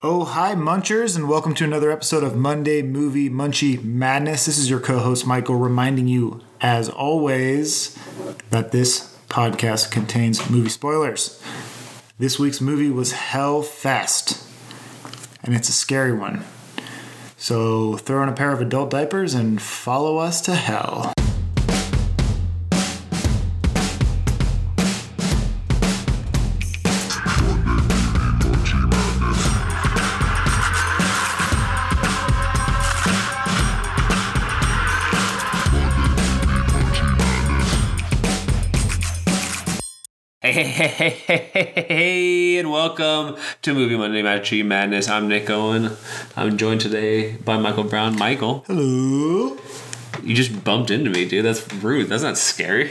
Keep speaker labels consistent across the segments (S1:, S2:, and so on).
S1: Oh, hi, Munchers, and welcome to another episode of Monday Movie Munchie Madness. This is your co host, Michael, reminding you, as always, that this podcast contains movie spoilers. This week's movie was Hellfest, and it's a scary one. So throw in a pair of adult diapers and follow us to hell.
S2: Hey, hey, hey, hey, hey, hey, hey, hey, and welcome to Movie Monday Matchy Madness. I'm Nick Owen. I'm joined today by Michael Brown. Michael,
S1: Hello.
S2: you just bumped into me, dude. That's rude. That's not scary.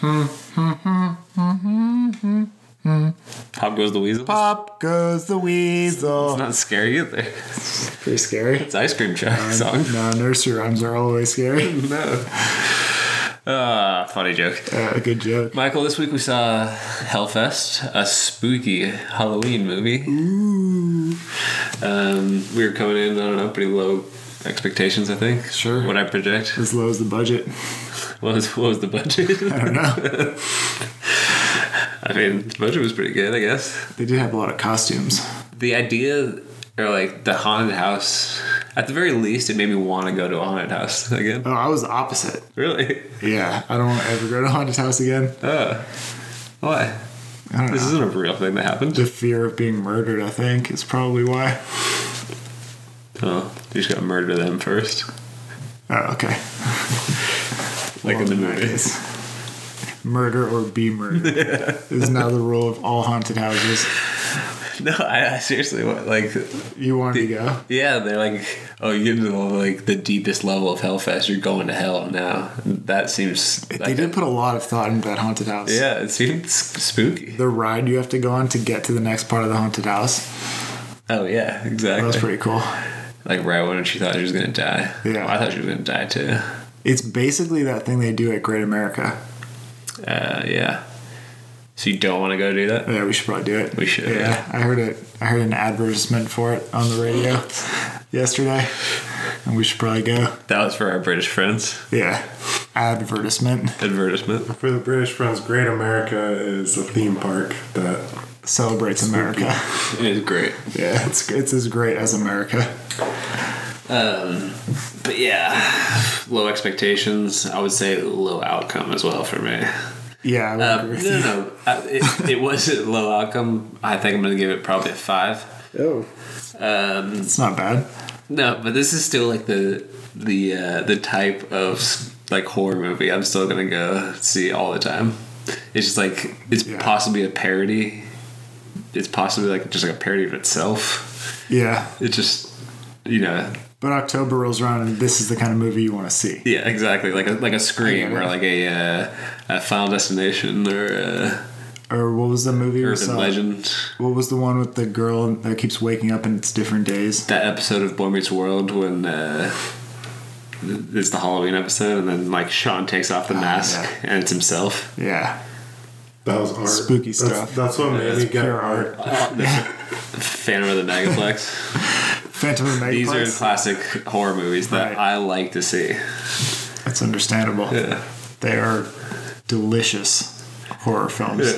S2: Pop goes the weasel. It's
S1: Pop goes the weasel.
S2: not scary either.
S1: Pretty scary.
S2: It's ice cream truck song.
S1: No, nursery rhymes are always scary.
S2: No. Ah, funny joke.
S1: Uh, good joke.
S2: Michael, this week we saw Hellfest, a spooky Halloween movie. Um, we were coming in, I don't know, pretty low expectations, I think.
S1: Sure.
S2: What I project.
S1: as low as the budget.
S2: What was, what was the budget?
S1: I don't know.
S2: I mean, the budget was pretty good, I guess.
S1: they did have a lot of costumes.
S2: The idea, or like the haunted house, at the very least, it made me want to go to a haunted house again.
S1: Oh, I was the opposite.
S2: Really?
S1: Yeah, I don't want to ever go to Haunted House again.
S2: Oh. Why?
S1: I don't know.
S2: This isn't a real thing that happened.
S1: the fear of being murdered, I think, is probably why.
S2: Oh, you just gotta murder them first.
S1: Oh, okay.
S2: Like in the
S1: Well,
S2: movie.
S1: nice. Murder or be murdered is now the rule of all haunted houses.
S2: No, I, I seriously, what, like,
S1: You want to go?
S2: Yeah, they're like, oh, you get to the, like the deepest level of Hellfest. You're going to hell now. That seems.
S1: They did put a lot of thought into that haunted house.
S2: Yeah, it seems spooky.
S1: The ride you have to go on to get to the next part of the haunted house.
S2: Oh yeah,
S1: That
S2: exactly.
S1: was pretty cool.
S2: like right when she thought she was gonna die.
S1: Yeah.
S2: I thought she was gonna die too.
S1: It's basically that thing they do at Great America.
S2: Uh, yeah. So you don't want to go do that?
S1: Oh, Yeah, we should probably do it.
S2: We should,
S1: Yeah,
S2: yeah.
S1: I heard it. I heard an advertisement for it on the radio yesterday, and we should probably go.
S2: That was for our British friends.
S1: Yeah, advertisement.
S2: Advertisement.
S3: For the British Friends, Great America is a theme park that
S1: Celebrates America.
S2: It is great.
S1: Yeah, it's it's as great as America.
S2: But yeah, low expectations. I would say low outcome as well for me.
S1: Yeah, I would
S2: Um,
S1: agree
S2: no,
S1: with
S2: no, no. Uh, it, it wasn't low outcome. I think I'm gonna give it probably a five.
S1: you.
S2: Um,
S1: Oh, it's not bad.
S2: No, but this is still like the the uh, the type of like horror movie I'm still gonna go see all the time. It's just like it's
S1: Yeah.
S2: possibly a parody. It's possibly like just like a parody of itself.
S1: Yeah,
S2: It just you know
S1: but October rolls around, and this is the kind of movie you want to see.
S2: yeah exactly like a, like a scream
S1: I get
S2: or
S1: it.
S2: like a uh, a Final Destination or uh,
S1: Or what was the movie? we
S2: Urban
S1: saw?
S2: Legend.
S1: What was the one with the girl that keeps waking up and it's different days?
S2: That episode of Boy Meets World when. Uh, it's the Halloween episode, and then like Sean takes off the mask and it's himself.
S1: Yeah,
S3: that was art.
S1: Spooky
S3: That's-
S1: stuff.
S3: That's, what made me get
S1: pure
S3: art.
S2: Phantom of the Megaplex.
S1: Phantom of the
S2: These are
S1: Megaplex.
S2: classic horror movies that
S1: Right.
S2: I like to see.
S1: That's understandable. They are delicious horror films.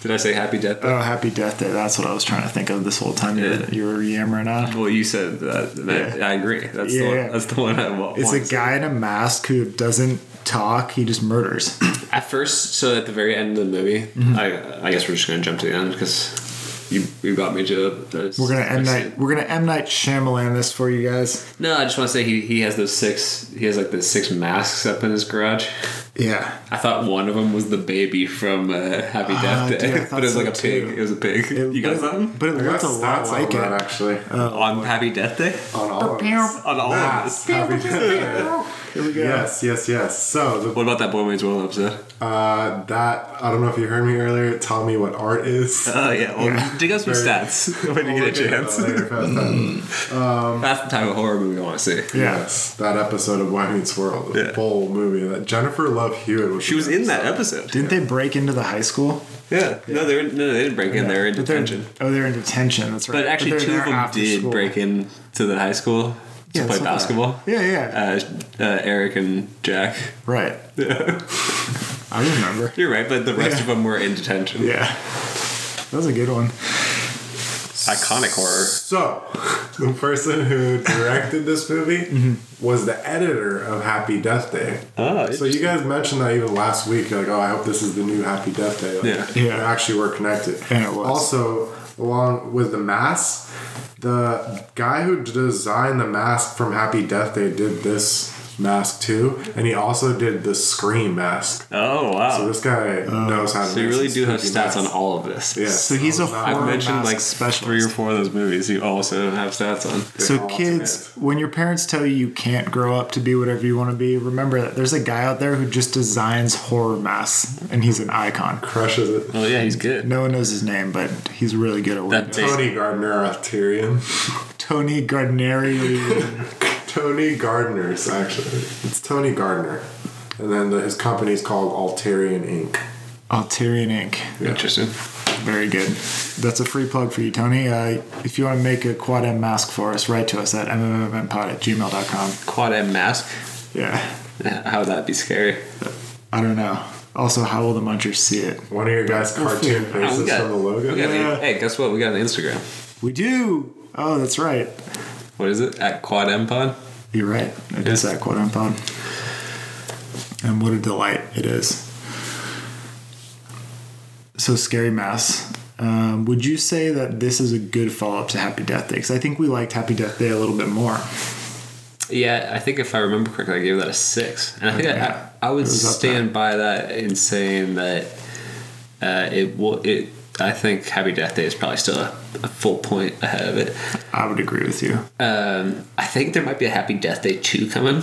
S2: Did I say Happy Death?
S1: Oh, Happy Death Day. That's what I was trying to think of this whole time you were,
S2: Yeah.
S1: you were yammering on.
S2: Well, you said that. and I-
S1: Yeah.
S2: I, agree. That's
S1: Yeah,
S2: the one.
S1: yeah.
S2: That's the one I wa- want.
S1: It's
S2: to
S1: a
S2: see.
S1: guy in a mask who doesn't talk, he just murders.
S2: At first, so at the very end of the movie,
S1: Mm-hmm.
S2: I, I guess we're just gonna jump to the end because you you got me to.
S1: We're gonna M night we're gonna M night Shyamalan this for you guys.
S2: No, I just want to say he, he has those six. He has like the six masks up in his garage.
S1: Yeah.
S2: I thought one of them was the baby from uh, Happy
S1: Ah,
S2: Death Day,
S1: dude, I thought
S2: but it was
S1: so
S2: like a pig.
S1: too.
S2: It was a pig.
S1: It-
S2: you
S1: but
S2: got
S1: it-
S2: something
S1: But it
S3: I got
S1: looked a lot
S3: stats on
S1: like
S3: that
S1: it.
S3: actually
S2: on Happy Death Day?
S3: on all of us.
S2: On all of us.
S3: Yes, happy birthday.
S1: Here we go.
S3: yes, yes, yes. So
S2: What about that Boy Meets World episode?
S3: the, uh, that I don't know if you heard me earlier. Tell me what art is.
S2: Oh yeah, well, dig up some stats when you get a chance.
S3: Later, fast
S1: Mm-hmm.
S3: time.
S2: That's the type of horror movie I want to see.
S1: Yeah.
S3: Yes, that episode of Why Meets World,
S2: Yeah.
S3: the full movie that Jennifer Love Hewitt was.
S2: She was in that episode.
S1: Didn't they break into the high school?
S2: Yeah. No, they were, no, they didn't break in. They were in
S1: But they're-
S2: detention.
S1: oh, they're in detention. That's right.
S2: But actually,
S1: they're
S2: two
S1: there
S2: of them
S1: after
S2: did
S1: school.
S2: break in to the high school to
S1: Yeah,
S2: play
S1: that's what I-
S2: basketball.
S1: Yeah, yeah, yeah.
S2: Uh, uh, Eric and Jack.
S1: right. I remember.
S2: You're right, but the rest of them were in detention.
S1: Yeah, that was a good one.
S2: Iconic horror.
S3: So, the person who directed this movie
S1: Mm-hmm.
S3: was the editor of Happy Death Day.
S2: Oh,
S3: So you guys mentioned that even last week, like, oh, I hope this is the new Happy Death Day. Like,
S2: Yeah.
S1: Yeah.
S3: and Actually, we're connected.
S1: And it was.
S3: Also, along with the mask, the guy who designed the mask from Happy Death Day did this mask too, and he also did the Scream mask.
S2: oh wow.
S3: So this guy
S1: Oh.
S3: knows how to.
S2: So you
S3: make
S2: really
S3: some
S2: do have
S3: spooky
S2: stats on
S3: masks.
S2: all of this.
S3: Yeah.
S1: So he's a
S3: I'm not-
S1: horror
S2: I've mentioned
S1: mask
S2: like
S1: specialist.
S2: three or four of those movies you also have stats on.
S1: So,
S3: Alternate.
S1: kids, when your parents tell you you can't grow up to be whatever you want to be, remember that there's a guy out there who just designs horror masks, and he's an icon.
S3: crushes it.
S2: Oh yeah, he's good.
S1: No one knows his name, but he's really good at what he
S2: That
S1: does.
S2: big-
S3: Tony Gardner Arterian.
S1: Tony Gardneri.
S3: Tony Gardner's actually. It's Tony Gardner, and then the, his company's called Alterian Inc.
S1: Alterian Inc.
S2: Interesting.
S1: Very good. That's a free plug for you, Tony. Uh, if you want to make a Quad M mask for us, write to us at mmmpod at gmail.com.
S2: Quad M mask.
S1: Yeah,
S2: How would that be scary?
S1: I don't know. Also, how will the munchers see it?
S3: One of your guys' cartoon
S2: Oh,
S3: faces from the logo.
S2: we got the-
S1: Yeah.
S2: hey, guess what? We got an Instagram.
S1: We do! Oh, that's right.
S2: What is it? At Quad M Pod.
S1: You're right. It is that quote unquote. And what a delight it is. So scary mass. Um, would you say that this is a good follow up to Happy Death Day? Because I think we liked Happy Death Day a little bit more.
S2: Yeah, I think if I remember correctly, I gave that a six, and I think
S1: Yeah.
S2: I, I would
S1: It was up
S2: stand by that in saying that uh, it will. It I think Happy Death Day is probably still a, a full point ahead of it.
S1: I would agree with you.
S2: Um, I think there might be a Happy Death Day two coming,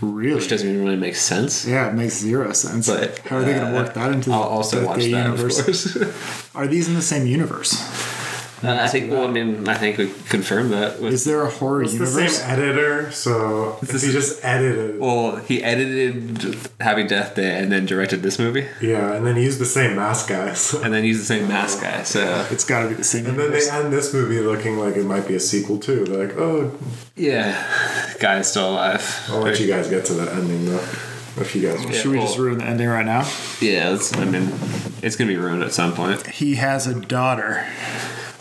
S1: Really?
S2: which doesn't even really make sense.
S1: yeah, it makes zero sense.
S2: But uh,
S1: How are they going to work that into the
S2: I'll also
S1: Death
S2: watch
S1: Day
S2: that,
S1: universe?
S2: of course. Uh,
S1: Are these in the same universe?
S2: I think. Well, I mean, I think we confirmed that. With,
S1: Is there a horror
S3: It's the
S1: universe?
S3: same editor, so if he just edited, it
S2: well, he edited Happy Death Day and then directed this movie,
S3: yeah, and then he used the same mask guys.
S2: and then used the same mask guy. So
S1: It's got to be the same.
S3: And then
S1: universe.
S3: they end this movie looking like it might be a sequel too. They're like, oh,
S2: yeah, guy is still alive.
S3: I'll let you guys get to that ending though, if you guys. want.
S1: Should we
S2: well-
S1: just ruin the ending right now?
S2: Yeah, it's, I mean, it's gonna be ruined at some point.
S1: He has a daughter.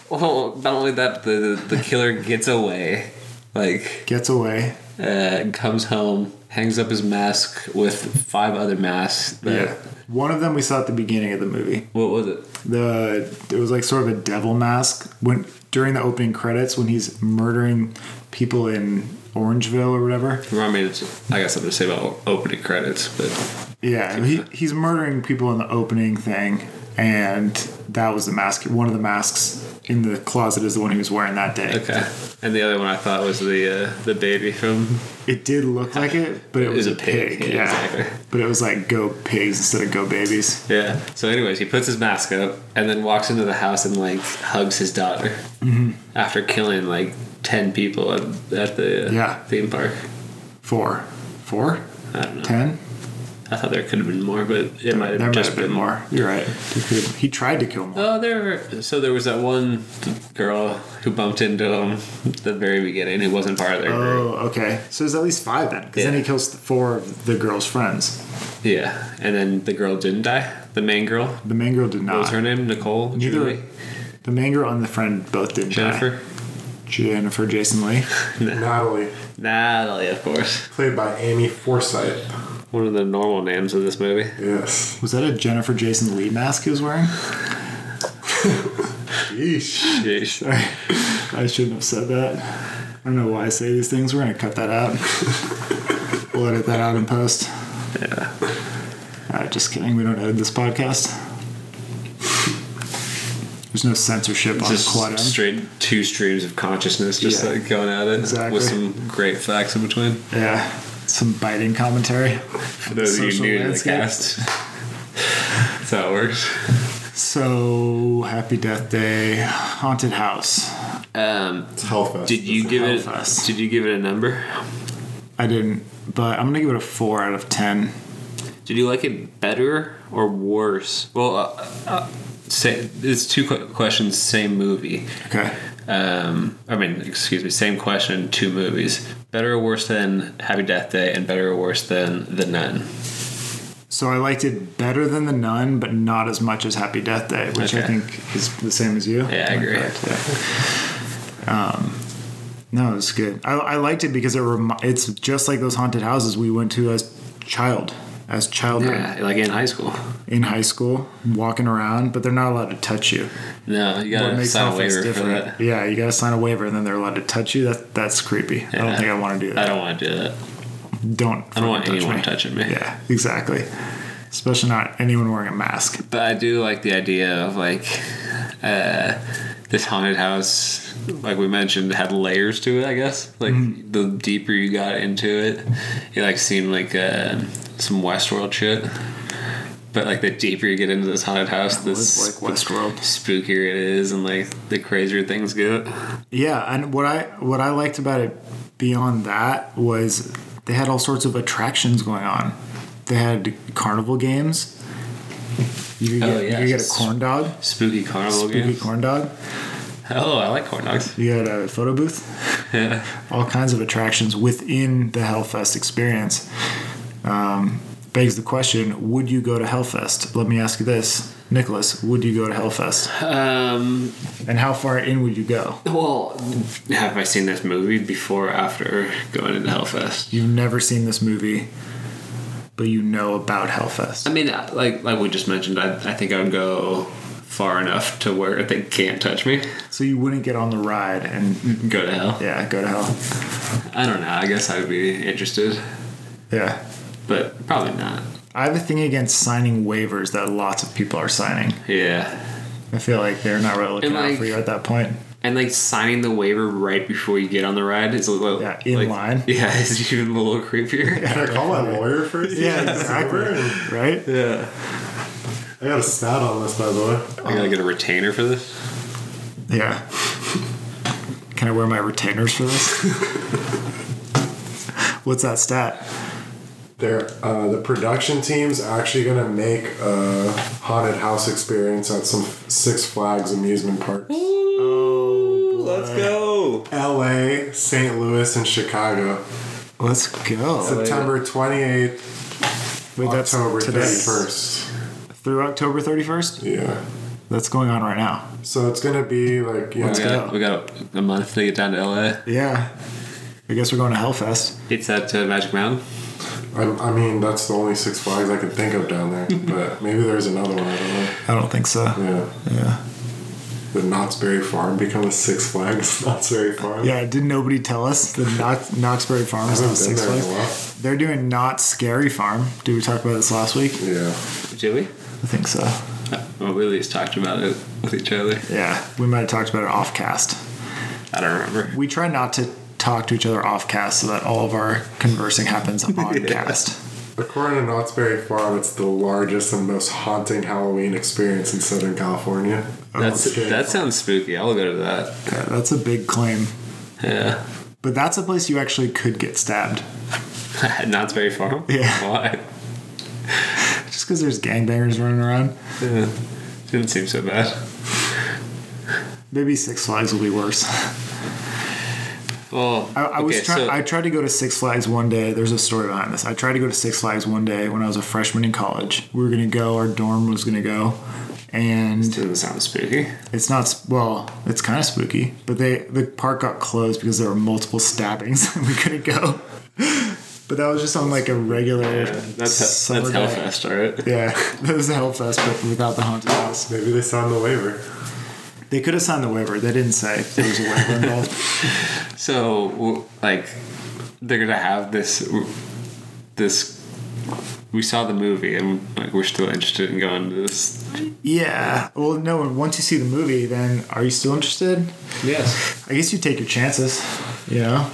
S2: Well, not only that, the the, the killer gets away, like
S1: Gets away.
S2: uh, and comes home, hangs up his mask with five other masks. That,
S1: Yeah. One of them we saw at the beginning of the movie.
S2: What was it?
S1: The it was like sort of a devil mask when during the opening credits when he's murdering people in Orangeville or whatever.
S2: Remind me. To, I got something to say about opening credits, but
S1: Yeah, he, he's murdering people in the opening thing, and that was the mask. One of the masks in the closet is the one he was wearing that day.
S2: okay. And the other one I thought was the uh, the baby from
S1: It did look like it, but it, was, a pig. Yeah,
S2: exactly.
S1: but it was like go pigs instead of go babies.
S2: yeah. So, anyways, he puts his mask up and then walks into the house and like hugs his daughter
S1: Mm-hmm.
S2: after killing like ten people at, at the uh,
S1: Yeah.
S2: theme park.
S1: Four, four,
S2: I don't know.
S1: ten.
S2: I thought there could have been more, but it might
S1: there
S2: have
S1: might have
S2: just been
S1: been more. You're right. He, could have- he tried to kill more.
S2: Oh, there. So there was that one girl who bumped into him at the very beginning who wasn't part of their group.
S1: Oh, okay. So there's at least five then, because then
S2: Yeah.
S1: he kills four of the girl's friends.
S2: Yeah, and then the girl didn't die. The main girl. What
S1: The main girl did not.
S2: was her name? Nicole.
S1: Ah. Neither.
S2: Julie?
S1: The main girl and the friend both did
S2: Jennifer.
S1: die. Jennifer Jason Lee.
S3: Natalie,
S2: Natalie, of course.
S3: played by Amy Forsyth.
S2: One of the normal names of this movie.
S3: Yes.
S1: Was that a Jennifer Jason Lee mask he was wearing?
S3: Yeesh.
S2: Jeez.
S1: I shouldn't have said that. I don't know why I say these things. We're gonna cut that out. we'll edit that out in post.
S2: Yeah.
S1: Uh, just kidding. We don't edit this podcast. There's no censorship on
S2: Just
S1: Quad M.
S2: straight two streams of consciousness, just
S1: Yeah.
S2: like going at it
S1: Exactly.
S2: with some great facts in between.
S1: Yeah, some biting commentary.
S2: For those of you
S1: Social
S2: new to the
S1: landscape.
S2: cast, that's how it works.
S1: So, Happy Death Day, Haunted House.
S2: Um,
S3: It's Hellfest.
S2: Did you give it?
S1: Hellfest.
S2: Did you give it a number?
S1: I didn't, but I'm gonna give it a four out of ten.
S2: Did you like it better or worse? Well, uh, uh, sa- it's two qu- questions, same movie.
S1: Okay.
S2: Um, I mean, excuse me, same question, two movies. Better or worse than Happy Death Day, and better or worse than The Nun.
S1: So I liked it better than The Nun, but not as much as Happy Death Day, which I
S2: Okay.
S1: think is the same as you.
S2: Yeah, I agree.
S1: Yeah. Um, no, it's good. I, I liked it because it remi- it's just like those haunted houses we went to as child, as children
S2: Yeah, like in high school.
S1: in high school, walking around, but they're not allowed to touch you.
S2: No, you
S1: What
S2: gotta
S1: makes
S2: sign a
S1: something's
S2: waiver for
S1: different?
S2: that.
S1: Yeah, you gotta sign a waiver, and then they're allowed to touch you. That that's creepy. I don't
S2: Yeah.
S1: think I want to do that.
S2: I don't want to do that.
S1: Don't.
S2: I don't want
S1: fucking touch
S2: anyone
S1: me.
S2: touching me.
S1: Yeah, exactly. Especially not anyone wearing a mask.
S2: But I do like the idea of like uh, this haunted house, like we mentioned, had layers to it. I guess like
S1: Mm-hmm.
S2: the deeper you got into it, it like seemed like uh, some Westworld shit. But like the deeper you get into this haunted house, this
S1: It's like Westworld.
S2: spookier it is, and like the crazier things get.
S1: Yeah, and what I what I liked about it beyond that was they had all sorts of attractions going on. They had carnival games. You could
S2: Oh,
S1: get,
S2: yeah.
S1: you could get a corn dog,
S2: Spooky carnival
S1: spooky
S2: games.
S1: corn dog.
S2: Oh, I like corn dogs.
S1: You had a photo booth.
S2: Yeah.
S1: all kinds of attractions within the Hellfest experience. Um, begs the question: Would you go to Hellfest? Let me ask you this, Nicholas: Would you go to Hellfest?
S2: Um,
S1: And how far in would you go?
S2: Well, have I seen this movie before or after going into Hellfest?
S1: You've never seen this movie, but you know about Hellfest.
S2: I mean, I- like like we just mentioned, I, I think I would go far enough to where they can't touch me.
S1: So you wouldn't get on the ride and
S2: Go to hell.
S1: yeah, go to hell.
S2: I don't know. I guess I would be interested,
S1: Yeah.
S2: but probably not.
S1: I have a thing against signing waivers that lots of people are signing.
S2: Yeah.
S1: I feel like they're not really looking
S2: And,
S1: out
S2: like-
S1: for you at that point.
S2: And like signing the waiver right before you get on the ride is a little
S1: Yeah, in
S2: like-
S1: line.
S2: Yeah, it's even a little creepier.
S3: Can I call my lawyer first?
S1: Yeah, exactly. Right?
S2: Yeah.
S3: I got a stat on this, by the way.
S2: I gotta get a retainer for this.
S1: Yeah. Can I wear my retainers for this? What's that stat?
S3: They're, uh, the production team's actually going to make a haunted house experience at some Six Flags amusement parks.
S2: Ooh, let's go.
S3: LA, St. Louis, and Chicago.
S1: Let's go.
S3: September 28th,
S1: Wait, that's
S3: October
S1: today.
S3: 31st.
S1: Through October 31st?
S3: Yeah.
S1: That's going on right now.
S3: So it's going to be like, yeah.
S2: We got,
S1: go.
S2: we got a month to get down to LA.
S1: Yeah. I guess we're going to Hellfest.
S2: It's at uh, Magic Mountain.
S3: I, I mean, that's the only Six Flags I could think of down there. but maybe there's another one. I don't know.
S1: I don't think so.
S3: Yeah.
S1: Yeah.
S3: Did Knott's Berry Farm become a Six Flags Knott's Berry Farm?
S1: Yeah, did nobody tell us the Knox, Knoxbury Farm
S3: I
S1: is on
S3: haven't been
S1: Six
S3: there in a
S1: Flags?
S3: while.
S1: They're doing Not Scary Farm. Did we talk about this last week?
S3: Yeah.
S2: Do we?
S1: I think so.
S2: Well, we at least talked about it with each other.
S1: Yeah, we might have talked about it off cast.
S2: I don't remember.
S1: We try not to talk to each other off cast so that all of our conversing happens on cast.
S3: According to Knott's Berry Farm, it's the largest and most haunting Halloween experience in Southern California.
S1: Oh,
S2: That's
S3: Okay.
S2: that sounds spooky. I'll go to that.
S1: Yeah, that's a big claim.
S2: Yeah,
S1: But that's a place you actually could get stabbed.
S2: Knott's Berry Farm.
S1: Yeah.
S2: why?
S1: Just because there's gangbangers running around.
S2: Yeah. Didn't seem so bad.
S1: Maybe Six Flags will be worse.
S2: Well,
S1: I, I was
S2: okay,
S1: trying.
S2: so-
S1: I tried to go to Six Flags one day. There's a story behind this. I tried to go to Six Flags one day when I was a freshman in college. We were gonna go. Our dorm was gonna go, and
S2: doesn't sound spooky.
S1: it's not. s- Well, it's kind of spooky. But they the park got closed because there were multiple stabbings, and we couldn't go. But that was just on like a regular.
S2: Yeah, Uh, that's
S1: summer
S2: that's
S1: day.
S2: Hellfest, all right.
S1: Yeah, that was the Hellfest, but without the haunted house.
S3: Maybe they signed the waiver.
S1: They could have signed the waiver. They didn't say there was a waiver involved.
S2: So, w- like, they're gonna have this. This we saw the movie, and like we're still interested in going to this.
S1: yeah. Well, no. Once you see the movie, then are you still interested?
S2: Yes.
S1: I guess you take your chances, you know?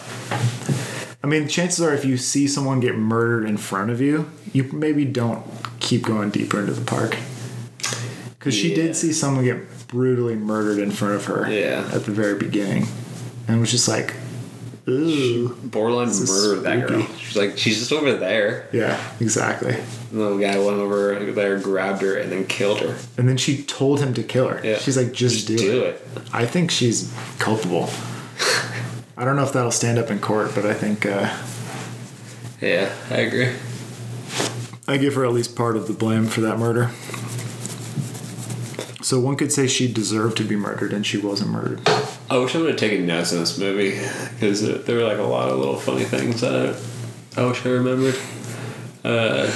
S1: I mean, chances are if you see someone get murdered in front of you, you maybe don't keep going deeper into the park. Because she
S2: Yeah.
S1: did see someone get brutally murdered in front of her
S2: Yeah.
S1: at the very beginning. And was just like, Ooh.
S2: borderline
S1: This is
S2: murdered that girl.
S1: spooky.
S2: She's like, she's just over there.
S1: Yeah, exactly.
S2: And the guy went over there, grabbed her, and then killed her.
S1: And then she told him to kill her.
S2: Yeah.
S1: She's like, just, do,
S2: Do
S1: it.
S2: it.
S1: I think she's culpable. I don't know if that'll stand up in court, but I think uh,
S2: Yeah, I agree.
S1: I give her at least part of the blame for that murder. So one could say she deserved to be murdered, and she wasn't murdered.
S2: I wish I would have taken notes in this movie because there were like a lot of little funny things that I, I wish I remembered. Uh,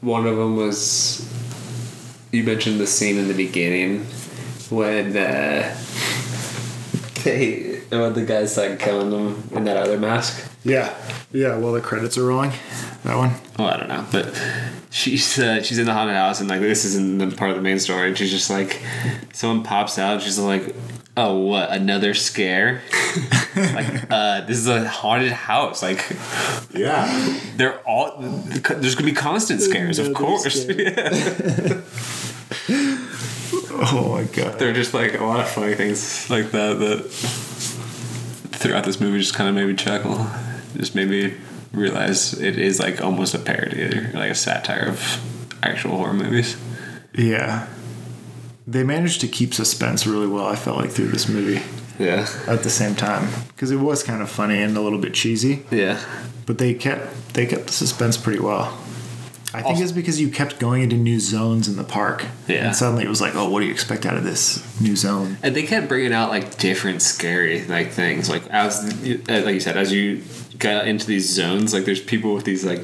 S2: one of them was you mentioned the scene in the beginning when uh, they when the guy's like killing them in that other mask.
S1: Yeah, yeah. Well, the credits are rolling. That one.
S2: Well, I don't know, but she's uh, she's in the haunted house, and like this isn't the part of the main story. And she's just like, someone pops out, and she's like, "Oh, what? Another scare? like, uh, this is a haunted house. Like,
S3: Yeah.
S2: they're all there's gonna be constant scares, of
S1: Another
S2: course.
S1: scare.
S2: Yeah.
S1: Oh my god.
S2: There are just like a lot of funny things like that that throughout this movie just kind of made me chuckle. Just made me realize it is like almost a parody or like a satire of actual horror movies.
S1: Yeah. They managed to keep suspense really well. I felt like through this movie
S2: Yeah.
S1: at the same time because it was kind of funny and a little bit cheesy,
S2: Yeah.
S1: but they kept they kept the suspense pretty well. I think it's because you kept going into new zones in the park.
S2: Yeah.
S1: And suddenly it was like, oh, what do you expect out of this new zone?
S2: And they kept bringing out like different scary like things. Like as you- uh, like you said, as you got into these zones, like there's people with these like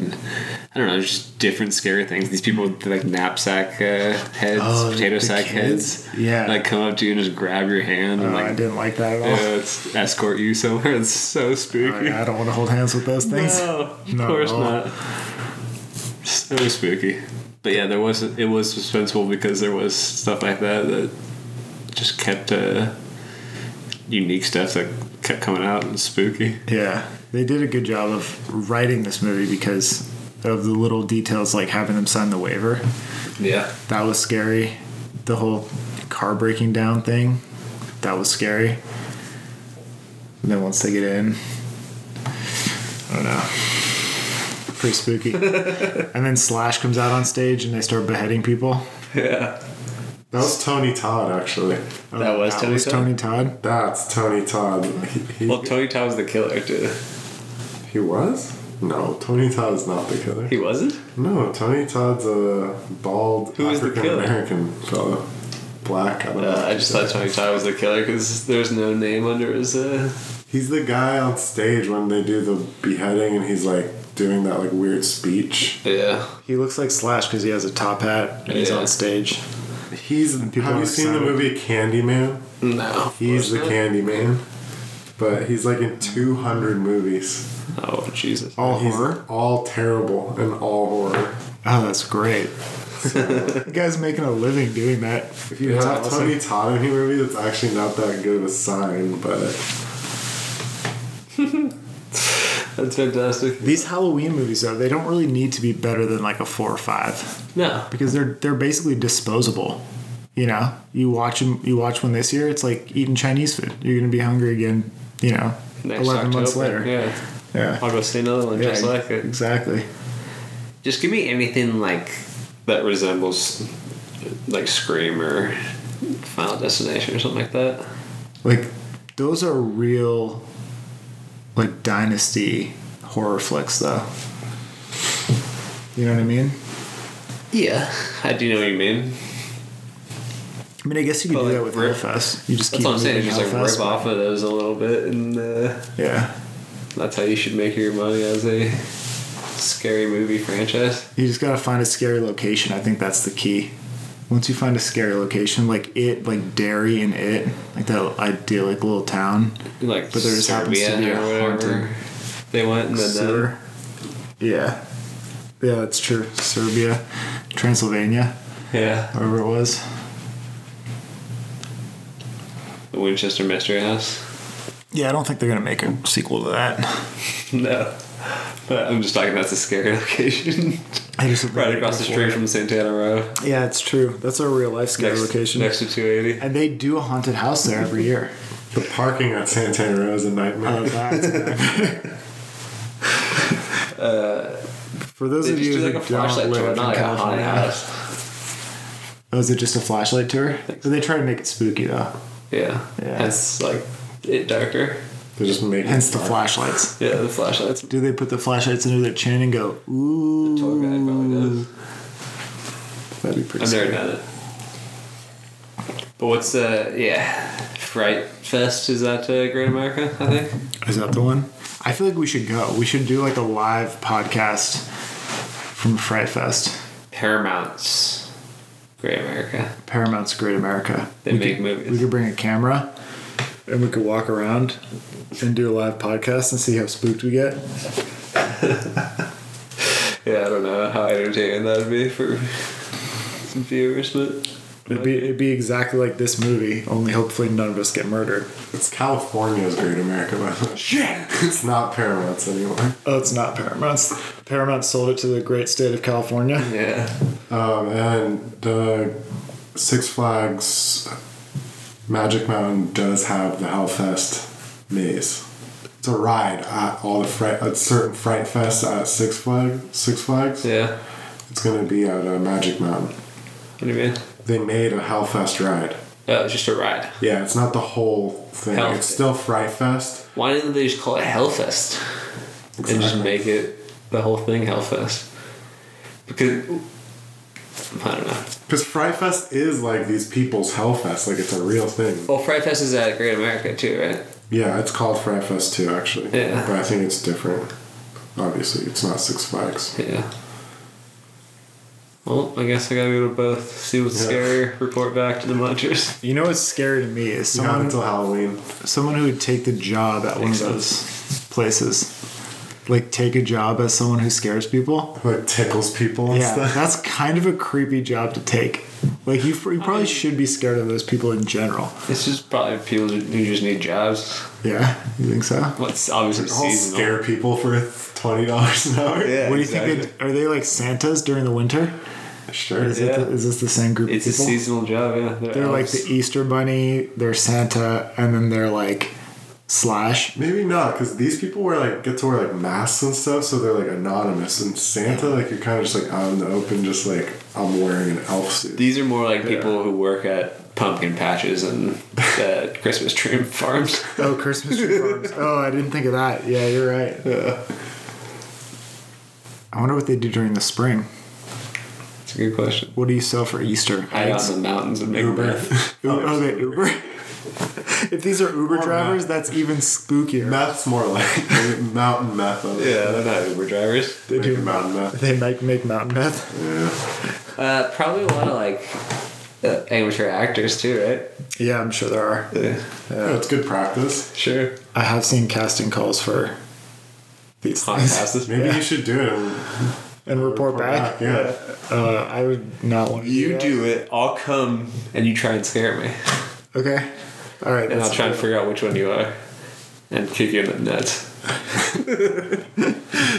S2: I don't know, just different scary things. These people with like knapsack uh, heads,
S1: Oh,
S2: potato
S1: the
S2: sack
S1: kids?
S2: heads.
S1: Yeah.
S2: like come up to you and just grab your hand and
S1: Oh, I Oh,
S2: like
S1: didn't like that at all.
S2: uh, s- escort you somewhere. It's so spooky.
S1: I, I don't want to hold hands with those things.
S2: No,
S1: Not
S2: of course
S1: at all.
S2: not. So spooky. But yeah, there was it was suspenseful because there was stuff like that that just kept uh, unique stuff that kept coming out and spooky.
S1: Yeah, they did a good job of writing this movie because of the little details, like having them sign the waiver.
S2: Yeah.
S1: That was scary. The whole car breaking down thing, that was scary. And then once they get in, I don't know. Pretty spooky. and then Slash comes out on stage and they start beheading people.
S2: Yeah.
S3: That was Tony Todd, actually.
S2: That was Tony Todd?
S1: Tony Todd.
S3: That's Tony Todd. He, he,
S2: Well, Tony Todd was the killer too.
S3: he was? No, Tony Todd is not the killer.
S2: He wasn't.
S3: No, Tony Todd's a bald
S2: Who was the
S3: African American fellow. Black, I don't
S2: Uh,
S3: know.
S2: I just thought Tony Todd was the killer because there's no name under his. Uh...
S3: He's the guy on stage when they do the beheading and he's like doing that like weird speech.
S2: Yeah.
S1: He looks like Slash because he has a top hat and he's
S2: Yeah.
S1: on stage.
S3: He's have you
S1: people are
S3: seen
S1: excited.
S3: the movie Candyman?
S2: No.
S3: He's the Candyman, but he's like in two hundred movies.
S2: Oh Jesus.
S1: All
S3: He's
S1: horror.
S3: all terrible and all horror.
S1: Oh, that's great. the guy's making a living doing that.
S3: If you
S1: That's
S3: have
S1: awesome.
S3: Tony Todd in any movie, that's actually not that good of a sign. But
S2: That's fantastic.
S1: These Halloween movies, though, they don't really need to be better than like a four or five
S2: No.
S1: because they're they're basically disposable. You know, you watch 'em- you watch one this year, it's like eating Chinese food. You're gonna be hungry again. You know, eleven months
S2: October.
S1: later.
S2: Yeah.
S1: Yeah,
S2: I'll go see another one
S1: Yeah,
S2: just like it.
S1: exactly.
S2: Just give me anything like that resembles like Scream or Final Destination or something like that.
S1: Like those are real, like dynasty horror flicks, though. You know what I mean?
S2: Yeah, I do know what you mean.
S1: I mean, I guess you could
S2: But,
S1: do
S2: like,
S1: that with
S2: rip-
S1: Hellfest. You just
S2: That's
S1: keep
S2: what I'm saying.
S1: moving
S2: Just like
S1: Hellfest.
S2: rip off of those a little bit, and uh,
S1: Yeah,
S2: that's how you should make your money as a scary movie franchise.
S1: you just gotta find a scary location. I think that's the key. Once you find a scary location, like it, like Derry and it, like that idyllic little town,
S2: Like
S1: But there just happens to
S2: Serbia
S1: be a
S2: or whatever.
S1: haunted
S2: They went and then uh,
S1: Ser- yeah, yeah, that's true. Serbia, Transylvania,
S2: yeah,
S1: wherever it was.
S2: the Winchester Mystery House.
S1: Yeah, I don't think they're gonna make a sequel to that.
S2: No, but I'm just talking. That's a scary location.
S1: I just
S2: Right across the street from Santana Row.
S1: Yeah, it's true. That's a real life scary
S2: Next,
S1: location.
S2: next to 280.
S1: And they do a haunted house there every year.
S3: The parking at Santana Row is a nightmare.
S1: Oh, that's Uh,
S3: For those
S2: They
S3: of
S2: just
S3: you
S2: do like
S3: who
S2: a flashlight
S3: don't live
S2: tour,
S3: in
S2: not like a haunted
S3: California,
S2: house.
S1: oh, is it just a flashlight tour? So they try to make it spooky though.
S2: Yeah.
S1: Yeah.
S2: Hence, like, it darker.
S3: they just make
S1: Hence the
S3: dark.
S1: flashlights.
S2: Yeah, the flashlights.
S1: Do they put the flashlights under their chin and go, ooh?
S2: tour guide probably does.
S1: That'd be pretty.
S2: I've never
S1: scary.
S2: done it. But what's the yeah, Fright Fest is that uh, Great America? I think.
S1: Is that the one? I feel like we should go. We should do like a live podcast from Fright Fest.
S2: Paramount's Great America.
S1: Paramount's Great America.
S2: They
S1: we
S2: make
S1: could,
S2: movies.
S1: We could bring a camera and we could walk around and do a live podcast and see how spooked we get.
S2: Yeah, I don't know how entertaining that would be for some viewers, but
S1: It'd be, it'd be exactly like this movie, only hopefully none of us get murdered.
S3: It's California's Great America, by the way. Shit! It's not Paramount's anymore.
S1: Oh, it's not Paramount's. Paramount sold it to the great state of California.
S2: yeah,
S3: Um, and the Six Flags Magic Mountain does have the Hellfest maze. It's a ride at all the fright, at certain fright fests at Six Flags. Six Flags.
S2: yeah.
S3: It's gonna be at uh, Magic Mountain.
S2: What do you mean?
S3: They made a Hellfest ride.
S2: Oh, it's just a ride.
S3: Yeah, it's not the whole thing.
S2: Hell-
S3: It's still Fright Fest.
S2: Why didn't they just call it Hellfest and just make it the whole thing Hellfest? Because I don't know.
S3: Because Fright Fest is like these people's Hellfest. Like it's a real thing.
S2: Well, Fright Fest is at Great America too, right?
S3: Yeah, it's called Fright Fest too, actually.
S2: Yeah.
S3: But I think it's different. Obviously, it's not Six Flags.
S2: Yeah. Well, I guess I gotta go to both. See what's
S3: Yeah.
S2: scarier. Report back to the munchers.
S1: You know what's scary to me is
S3: You have
S1: someone
S3: until Halloween.
S1: someone who would take the job at one of those places. Like take a job as someone who scares people.
S3: Like tickles people and
S1: Yeah,
S3: stuff.
S1: that's kind of a creepy job to take. Like you, you probably should be scared of those people in general.
S2: It's just probably people who just need jobs.
S1: Yeah, you think so?
S2: What's obviously
S3: I'll
S2: seasonal.
S3: scare people for twenty dollars an hour.
S2: Yeah.
S1: what do you think?
S2: exactly.
S1: They, are they like Santas during the winter?
S3: Sure.
S1: Is, it
S2: Yeah.
S1: the, is this the same group
S2: It's a
S1: of people?
S2: seasonal job. Yeah,
S1: They're like
S2: elves.
S1: the Easter Bunny, they're Santa, and then they're like Slash.
S3: Maybe not, because these people wear like get to wear like masks and stuff, so they're like anonymous. And Santa, like you're kind of just like out in the open, just like I'm wearing an elf suit.
S2: These are more like people who work at pumpkin patches and uh, Christmas tree farms.
S1: Oh, Christmas tree farms. Oh, I didn't think of that. Yeah, you're right. I wonder what they do during the spring.
S2: It's a good question.
S1: What do you sell for Easter?
S2: Hide out in the mountains and make
S3: Uber.
S2: meth.
S1: Uber, oh, they Uber. if these are Uber
S3: Or
S1: drivers, that's even spookier.
S3: Meth's more like mountain meth. I would
S2: Yeah,
S3: say.
S2: they're not Uber drivers.
S1: They
S3: Like
S1: do
S3: mountain meth.
S1: They make make mountain meth.
S3: Yeah.
S2: Uh, probably a lot of like uh, amateur actors too, right?
S1: Yeah, I'm sure there are.
S2: Yeah.
S3: yeah, it's good practice.
S2: Sure.
S1: I have seen casting calls for these
S2: Hot
S1: things.
S2: passes.
S3: Maybe
S1: Yeah.
S3: you should do it and
S1: and report, back.
S3: Yeah.
S1: Uh, I would not want to.
S2: You
S1: that.
S2: do it. I'll come and you try and scare me,
S1: Okay. All right.
S2: and I'll
S1: that's-
S2: try and figure out which one you are, and kick you in the nuts.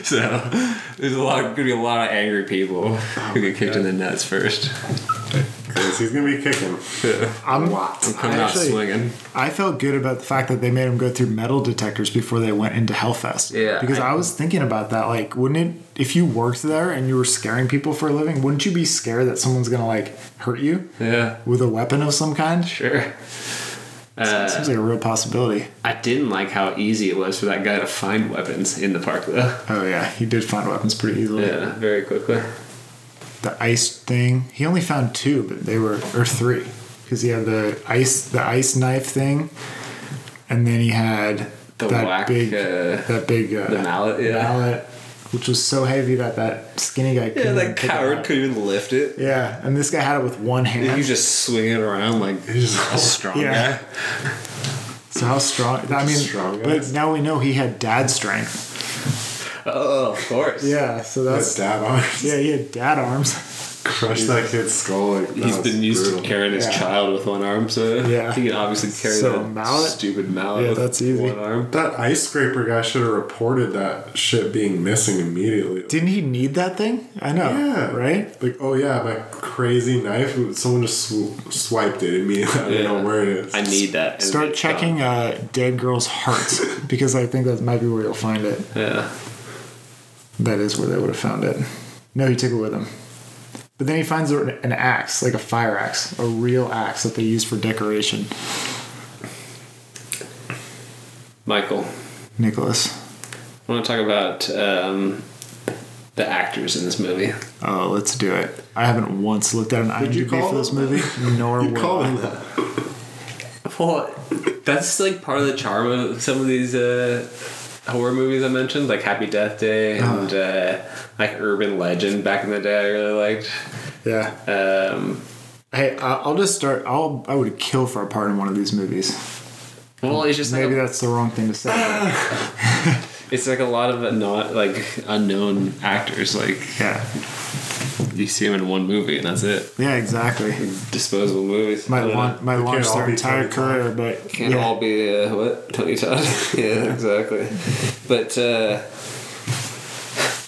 S2: so there's a lot of, gonna be a lot of angry people who get kicked in the nuts first.
S3: 'Cause he's gonna be kicking.
S1: I'm,
S3: What?
S1: I
S2: I'm not
S1: actually-
S2: swinging.
S1: I felt good about the fact that they made him go through metal detectors before they went into Hellfest.
S2: Yeah,
S1: Because I,
S2: I-
S1: was thinking about that. Like, wouldn't it, if you worked there and you were scaring people for a living, wouldn't you be scared that someone's going to, like, hurt you
S2: Yeah.
S1: with a weapon of some kind?
S2: Sure. Uh,
S1: Seems like a real possibility.
S2: I didn't like how easy it was for that guy to find weapons in the park, though.
S1: Oh, yeah. He did find weapons pretty easily.
S2: Yeah, very quickly.
S1: The ice thing. He only found two, but they were, or three. Because he had the ice, the ice knife thing. And then he had
S2: The
S1: that
S2: whack,
S1: big,
S2: uh,
S1: that big, uh,
S2: The mallet, yeah.
S1: mallet, which was so heavy that that skinny guy
S2: Yeah,
S1: couldn't even
S2: that
S1: pick it
S2: coward
S1: up.
S2: couldn't even lift it.
S1: Yeah, and this guy had it with one hand.
S2: He was just swinging it around like
S3: He's just
S2: a strong
S1: Yeah.
S2: guy.
S1: so how strong? I mean,
S3: Strong
S1: but
S3: guys.
S1: now we know he had dad strength.
S2: Oh, of course.
S1: Yeah, so that's
S3: That's dad arms.
S1: yeah, he had dad arms.
S3: Crush that kid's skull. Like, that
S4: He's
S3: was
S4: been used
S3: brutal.
S4: to carrying his
S1: Yeah.
S4: child with one arm, so
S1: Yeah.
S4: he can obviously carry
S1: So,
S4: that
S1: mallet?
S4: stupid mallet.
S1: Yeah,
S4: with
S1: that's easy.
S4: One arm.
S3: That ice scraper guy should have reported that shit being missing immediately.
S1: Didn't he need that thing? I know.
S3: Yeah.
S1: Right?
S3: Like, oh yeah, my crazy knife. Someone just sw- swiped it immediately. I don't
S2: Yeah.
S3: know where it is.
S2: I need that. and
S1: Start
S2: it's
S1: checking uh, dead girls' hearts because I think that might be where you'll find it.
S2: gone. Yeah.
S1: That is where they would have found it. No, he took it with him. But then he finds a- an axe, like a fire axe, a real axe that they use for decoration.
S2: Michael,
S1: Nicholas.
S2: I want to talk about um, the actors in this movie.
S1: Oh, let's do it. I haven't once looked at an
S3: Would you
S1: IMDb
S3: call
S1: for this
S3: him
S1: movie, nor
S3: You
S1: will
S3: call
S1: I.
S3: him that.
S2: Well, that's like part of the charm of some of these uh, horror movies I mentioned, like Happy Death Day
S1: Uh-huh.
S2: and uh, like Urban Legend back in the day. I really liked.
S1: Yeah.
S2: Um,
S1: Hey, I- I'll just start. I'll I would kill for a part in one of these movies.
S2: well, it's just like
S1: Maybe
S2: a-
S1: that's the wrong thing to say. but-
S2: it's like a lot of not like unknown actors. Like
S1: yeah.
S2: you see them in one movie and that's it.
S1: Yeah. Exactly.
S2: Disposable movies.
S1: Might
S2: I don't
S1: want might
S3: They
S1: launch
S3: can't all
S1: their
S3: be
S1: entire
S3: Tony Todd.
S1: career, but
S2: Can't
S1: yeah.
S2: all be uh, what Tony Todd. yeah, exactly. But uh,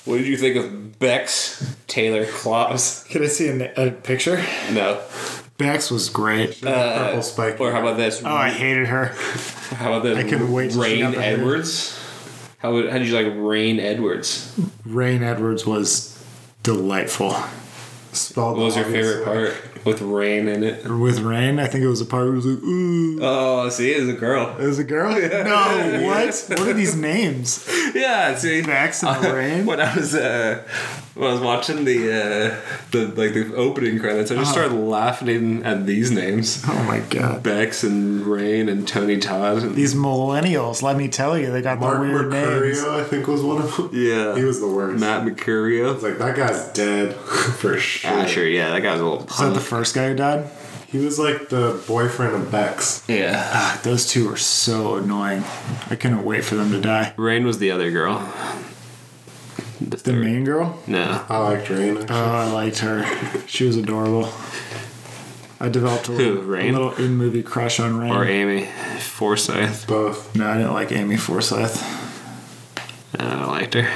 S2: what did you think of Bex Taylor Claus?
S1: Can I see an, a picture?
S2: No.
S1: Bex was great.
S2: Uh,
S3: purple spike.
S2: Or how about this?
S1: Oh, I hated her.
S2: How about this?
S1: I couldn't wait to
S2: Rain
S1: check out that video.
S2: Edwards. How would, how did you like Rain Edwards?
S1: Rain Edwards was delightful.
S3: Spelled
S2: What was your
S3: obvious
S2: favorite
S3: way.
S2: part with Rain in it?
S1: With Rain, I think it was a part where it was like, ooh.
S2: Oh, see, it's a girl.
S1: It was a girl? No, what? What are these names?
S2: Yeah, see,
S1: Bex and Rain?
S2: when I was uh, when I was watching the uh, the like the opening credits, I just
S3: Uh-huh.
S2: started laughing at these names.
S1: Oh my god.
S2: Bex and Rain and Tony Todd. And,
S1: These millennials, let me tell you, they got
S3: Mark
S1: the weird names.
S3: Mercurio, I think, was one of them.
S2: Yeah.
S3: He was the worst.
S2: Matt
S3: It's
S2: Mercurio.
S3: like that guy's dead for sure.
S2: Asher, yeah, that guy's a little
S1: Is that the
S2: punk.
S1: first guy who died?
S3: He was like the boyfriend of Bex.
S2: yeah.
S1: Ah, those two were so annoying. I couldn't wait for them to die.
S2: Rain was the other girl. The,
S1: The
S2: third-
S1: main girl?
S2: No.
S3: I liked Rain. Actually.
S1: Oh, I liked her. She was adorable. I developed a little,
S2: Rain?
S1: a little in movie crush on Rain.
S2: Or Amy Forsyth.
S3: Both.
S1: no, I didn't like Amy Forsyth.
S2: I liked her.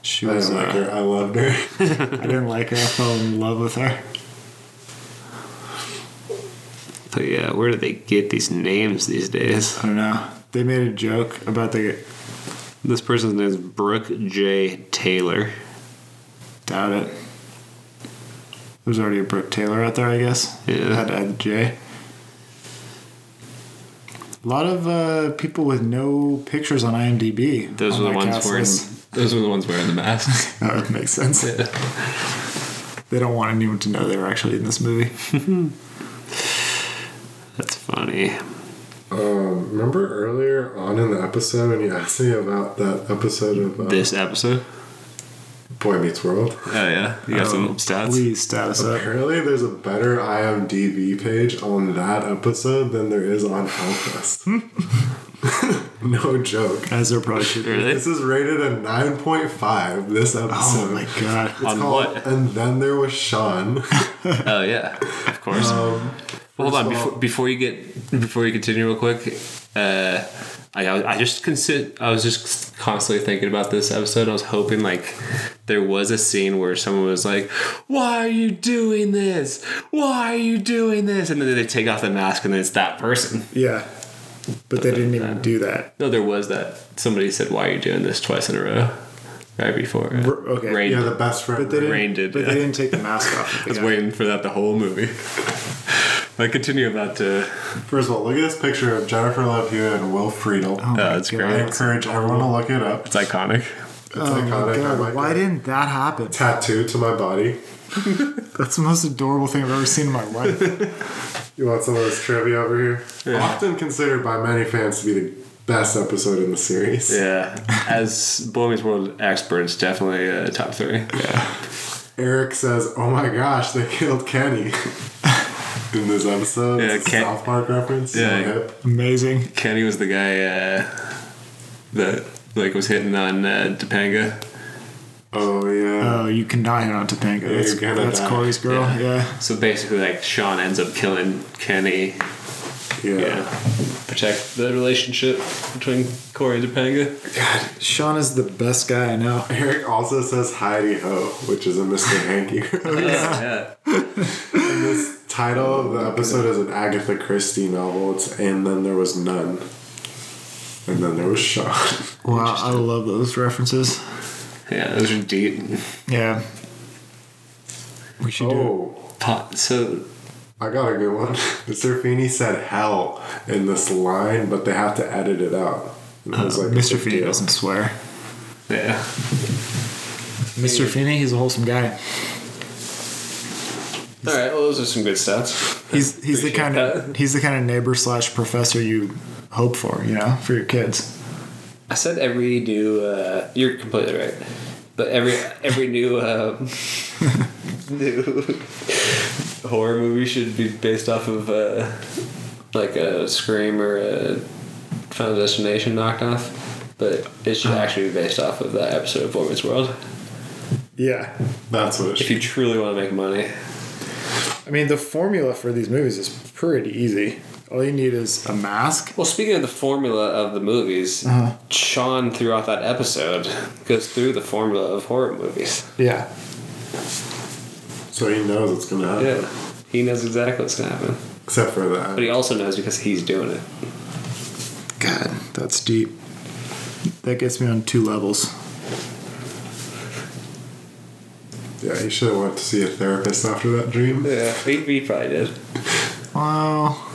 S1: She
S3: I
S1: was.
S3: didn't like
S1: uh,
S3: her. I loved her.
S1: I didn't like her. I fell in love with her.
S2: But yeah, where do they get these names these days?
S1: I don't know. They made a joke about the.
S2: This person's name is Brooke J. Taylor.
S1: Doubt it. There's already a Brooke Taylor out there, I guess.
S2: Yeah.
S1: Had to add the J. A lot of uh, people with no pictures on IMDb.
S2: Those
S1: on
S2: were the
S1: my
S2: ones
S1: cast
S2: wearing.
S1: list.
S2: Those were the ones wearing the masks.
S1: That would make sense. They don't want anyone to know they were actually in this movie.
S2: That's funny.
S3: Um, remember earlier on in the episode when you asked me about that episode of uh,
S2: This episode.
S3: Boy Meets World?
S2: Oh yeah, you got some stats.
S1: Um, Please status up.
S3: Apparently, there's a better IMDb page on that episode than there is on Hellfest.
S1: Hmm.
S3: no joke.
S1: As there probably should be.
S2: really?
S3: This is rated a 9.5. This episode.
S1: Oh my god.
S3: It's
S2: On
S3: called
S2: what?
S3: And Then There Was Sean.
S2: Oh yeah, of course. Well, Hold on,
S3: Um, first of all-
S2: before, before you get before you continue real quick, uh, I I just consider I was just constantly thinking about this episode. I was hoping like there was a scene where someone was like, "Why are you doing this? Why are you doing this?" And then they take off the mask, and then it's that person.
S1: Yeah. But they didn't even do that.
S2: No, there was that somebody said, "Why are you doing this?" twice in a row, right before. uh,
S1: Br- okay,
S2: Rain.
S3: yeah, the best friend.
S1: But they didn't,
S2: Rain did,
S1: but
S2: yeah.
S1: they didn't take the mask off.
S2: I was waiting for that the whole movie. I continue about. Uh,
S3: First of all, look at this picture of Jennifer Love Hewitt and Will Friedle.
S1: my
S2: Oh, that's
S1: God.
S3: I
S2: great.
S3: encourage everyone to look it up.
S2: it's iconic.
S3: It's
S1: Oh my
S3: iconic. I
S1: god,
S3: might
S1: why
S3: get a
S1: didn't that happen?
S3: tattoo to my body?
S1: That's the most adorable thing I've ever seen in my life.
S3: You want some of this trivia over here? Often considered by many fans to be the best episode in the series.
S2: Yeah, as Boy Meets World experts, definitely uh, top three.
S3: Eric says, "Oh my gosh, they killed Kenny." in this episode,
S2: Yeah,
S3: it's a
S2: Ken-
S3: South Park reference.
S2: Yeah.
S3: So hip.
S1: Amazing.
S2: Kenny was the guy uh, that like was hitting on uh, Topanga.
S3: Oh yeah.
S1: Oh, you cannot not to think.
S3: you're
S1: that's
S3: gonna
S1: that's
S3: die.
S1: Corey's girl. Yeah.
S5: Yeah. So basically, like Sean ends up killing Kenny.
S3: yeah.
S5: Yeah.
S2: Protect the relationship between Corey and Topanga.
S1: Sean is the best guy I know.
S3: Eric also says Heidi Ho, which is a Mr. Hanky.
S5: Yeah.
S3: this title of the episode is an Agatha Christie novel. It's And Then There Was None. And then there was Sean.
S1: Wow, I love those references.
S5: Yeah. Those are deep.
S1: Yeah. We should do
S3: Oh,
S5: Pot. So
S3: I got a good one. Mr. Feeney said hell in this line, but they have to edit it out. And I
S1: it.
S3: was like,
S1: Mr.
S3: big
S1: Uh, Feeney
S3: deal.
S1: doesn't swear.
S5: yeah.
S1: Mr. Feeney, he's a wholesome guy.
S2: All right, well, those are some good stats.
S1: He's he's the kind of he's the kind of neighbor slash professor you hope for, you know, for your kids.
S2: I said every new. Uh, you're completely right, but every every new um, new horror movie should be based off of uh, like a Scream or a Final Destination knockoff, but it
S5: Uh-huh.
S2: should actually be based off of that episode of Boy Meets World.
S1: Yeah.
S3: That's what it
S2: If
S3: should
S2: you truly want to make money,
S1: I mean, the formula for these movies is pretty easy. All you need is a mask.
S2: Well, speaking of the formula of the movies, Sean throughout that episode goes through the formula of horror movies.
S1: Yeah.
S3: So he knows it's going to happen.
S2: Yeah, he knows exactly what's gonna happen,
S3: Except for that.
S2: but he also knows because he's doing it.
S1: God, that's deep. That gets me on two levels.
S3: yeah, he should have went to see a therapist after that dream.
S2: Yeah, he, he probably did.
S1: Well,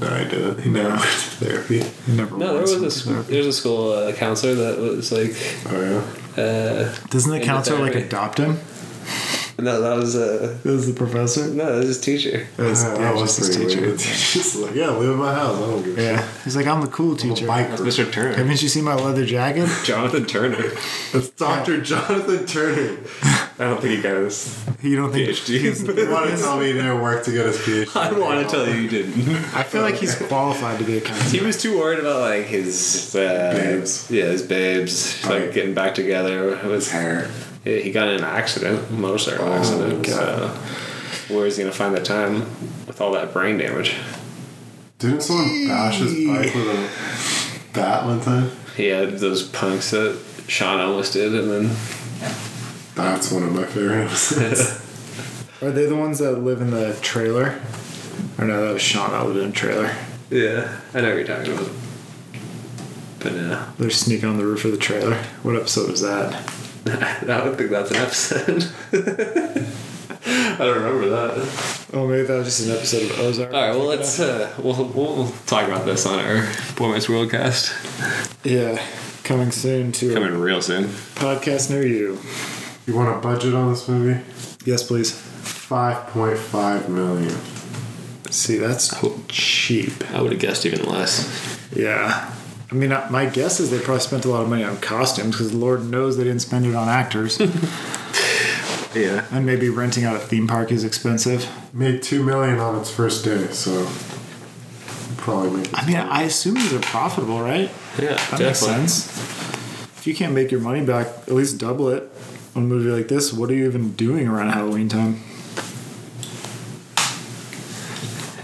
S3: No, I didn't. He never went to therapy.
S1: it never.
S2: No, there
S1: was
S2: was a sc-
S1: something.
S2: there was a school uh, counselor that was like,
S3: Oh, yeah.
S2: uh,
S1: Doesn't the
S2: in the
S1: counselor like
S2: therapy.
S1: adopt him?
S2: no, that was uh,
S1: This is the professor.
S2: no, that was his teacher.
S1: Uh, That was,
S3: Yeah,
S1: yeah,
S3: that was
S1: just his
S3: pretty
S1: teacher.
S3: weird. She's like, yeah, live in my house. I don't give a shit.
S1: Yeah, he's like, I'm the cool
S3: I'm a
S1: teacher.
S3: biker.
S5: Mr. Turner.
S1: Haven't you seen my leather jacket?
S2: Jonathan Turner.
S3: It's Dr. Jonathan Turner.
S2: I don't think he got his
S1: You don't think?
S2: PhD.
S3: You want to tell me he didn't work to get his PhD?
S2: I want to tell you, you didn't.
S1: I feel like he's qualified to be a counselor.
S2: He was too worried about like his uh,
S3: Babes.
S2: Yeah, his babes like
S3: Okay.
S2: getting back together.
S3: His
S2: Was
S3: hair.
S2: he got in an accident, motorcycle accident? So where is he gonna find the time with all that brain damage?
S3: Didn't someone bash his bike with a bat one time?
S2: He had those punks that Sean almost did, and then
S3: That's one of my favorite episodes.
S1: Are they the ones that live in the trailer? Or no, that was Sean that lived in a trailer.
S2: yeah, I know what you're talking about. But uh, no,
S1: They're sneaking on the roof of the trailer. What episode was that?
S2: I don't think that's an episode. I don't remember that.
S1: Oh, maybe that was just an episode of Ozark.
S2: All right, well let's uh, we'll, we'll talk about this on our Boy Meets World cast
S1: Yeah, coming soon to a
S5: Coming real soon.
S1: podcast near you.
S3: you want a budget on this movie?
S1: Yes, please.
S3: 5.5 million.
S1: See, that's cheap.
S5: I would have guessed even less.
S1: Yeah. I mean, I- my guess is they probably spent a lot of money on costumes because Lord knows they didn't spend it on actors.
S5: Yeah.
S1: and maybe renting out a theme park is expensive.
S3: Made 2 million on its first day, so probably make it.
S1: I mean, I assume these are profitable, right?
S5: Yeah.
S1: That makes sense. If you can't make your money back, at least double it on a movie like this. What are you even doing around Halloween time?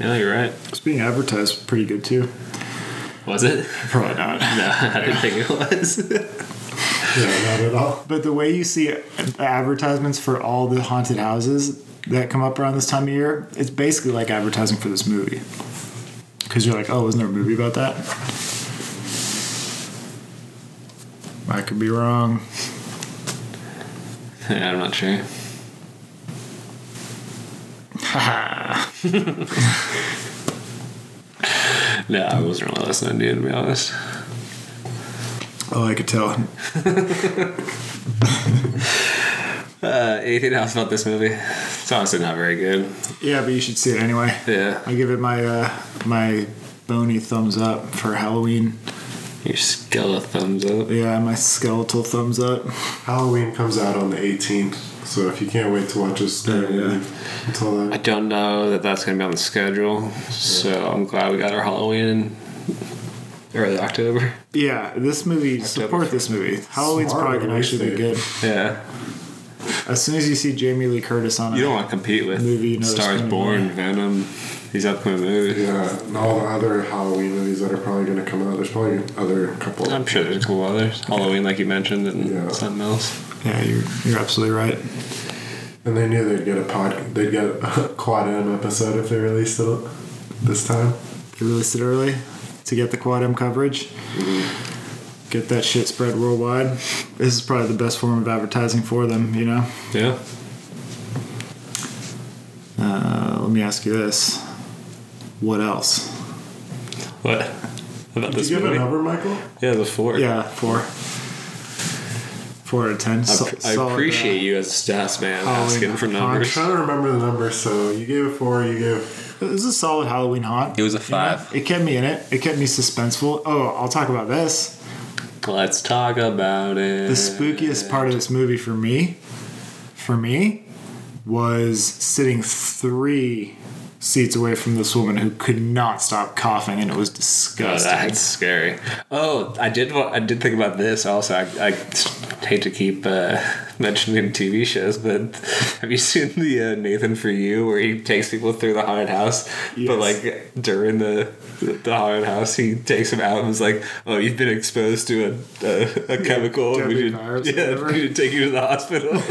S5: Yeah, you're right.
S1: It's being advertised pretty good too.
S5: Was it?
S1: Probably not.
S5: No, I didn't think it was.
S3: Yeah, not at all.
S1: But the way you see the advertisements for all the haunted houses that come up around this time of year, it's basically like advertising for this movie. Because you're like, oh, wasn't there a movie about that? I could be wrong.
S5: yeah, I'm not sure. no, I wasn't really listening to you, to be honest.
S1: Oh, I could tell.
S5: Uh, anything else about this movie? It's honestly not very good.
S1: Yeah, but you should see it anyway.
S5: Yeah.
S1: I give it my uh, my bony thumbs up for Halloween.
S5: Your skull of thumbs up.
S1: Yeah, my skeletal thumbs up.
S3: Halloween comes out on the 18th, so if you can't wait to watch this,
S1: Yeah, yeah.
S3: leave until then.
S5: I don't know that that's going to be on the schedule, so I'm glad we got our Halloween in early October.
S1: Yeah, this movie support this movie. Halloween's
S3: Smart
S1: probably gonna
S3: release
S1: actually be
S3: date.
S1: good.
S5: Yeah.
S1: As soon as you see Jamie Lee Curtis on
S2: You
S1: a
S2: don't want to compete with
S1: Movie you know it's
S2: Stars
S1: gonna be.
S2: Born, Venom, these upcoming movies.
S3: Yeah, and all the other Halloween movies that are probably going to come out. There's probably other couple.
S2: I'm sure there's a couple others. Halloween, like you mentioned, and
S3: Yeah.
S2: something else.
S1: yeah, you're you're absolutely right.
S3: And they knew they'd get a pod, they'd get a quad M episode if they released it this time.
S1: They released it early to get the Quad M coverage. Get that shit spread worldwide. This is probably the best form of advertising for them, you know?
S2: Yeah.
S1: Uh, let me ask you this. What else?
S2: What? About
S3: Did
S2: this
S3: you give a
S2: movie?
S3: number, Michael?
S2: Yeah, the four.
S1: Yeah, four. Four out of ten.
S2: I,
S1: So-
S2: I
S1: solid, uh,
S2: appreciate you as a stats man
S1: Halloween
S2: asking for
S3: I'm
S2: numbers.
S3: trying to remember the number. So you gave a four. You gave
S1: It was a solid Halloween haunt.
S2: It was a
S1: you know?
S2: five.
S1: It kept me in it. It kept me suspenseful. Oh, I'll talk about this.
S2: Let's talk about it.
S1: The spookiest part of this movie for me, for me, was sitting three seats away from this woman who could not stop coughing, and it was
S2: Oh,
S1: disgusting.
S2: that's scary. Oh, I did. wa- I did think about this also. I, I hate to keep uh, mentioning TV shows, but have you seen the uh, Nathan for You, where he takes people through the haunted house? But
S1: Yes.
S2: like during the the haunted house, he takes them out and is like, "Oh, you've been exposed to a a, a chemical.
S1: deadly
S2: we should,
S1: virus or
S2: yeah,
S1: whatever."
S2: we should take you to the hospital."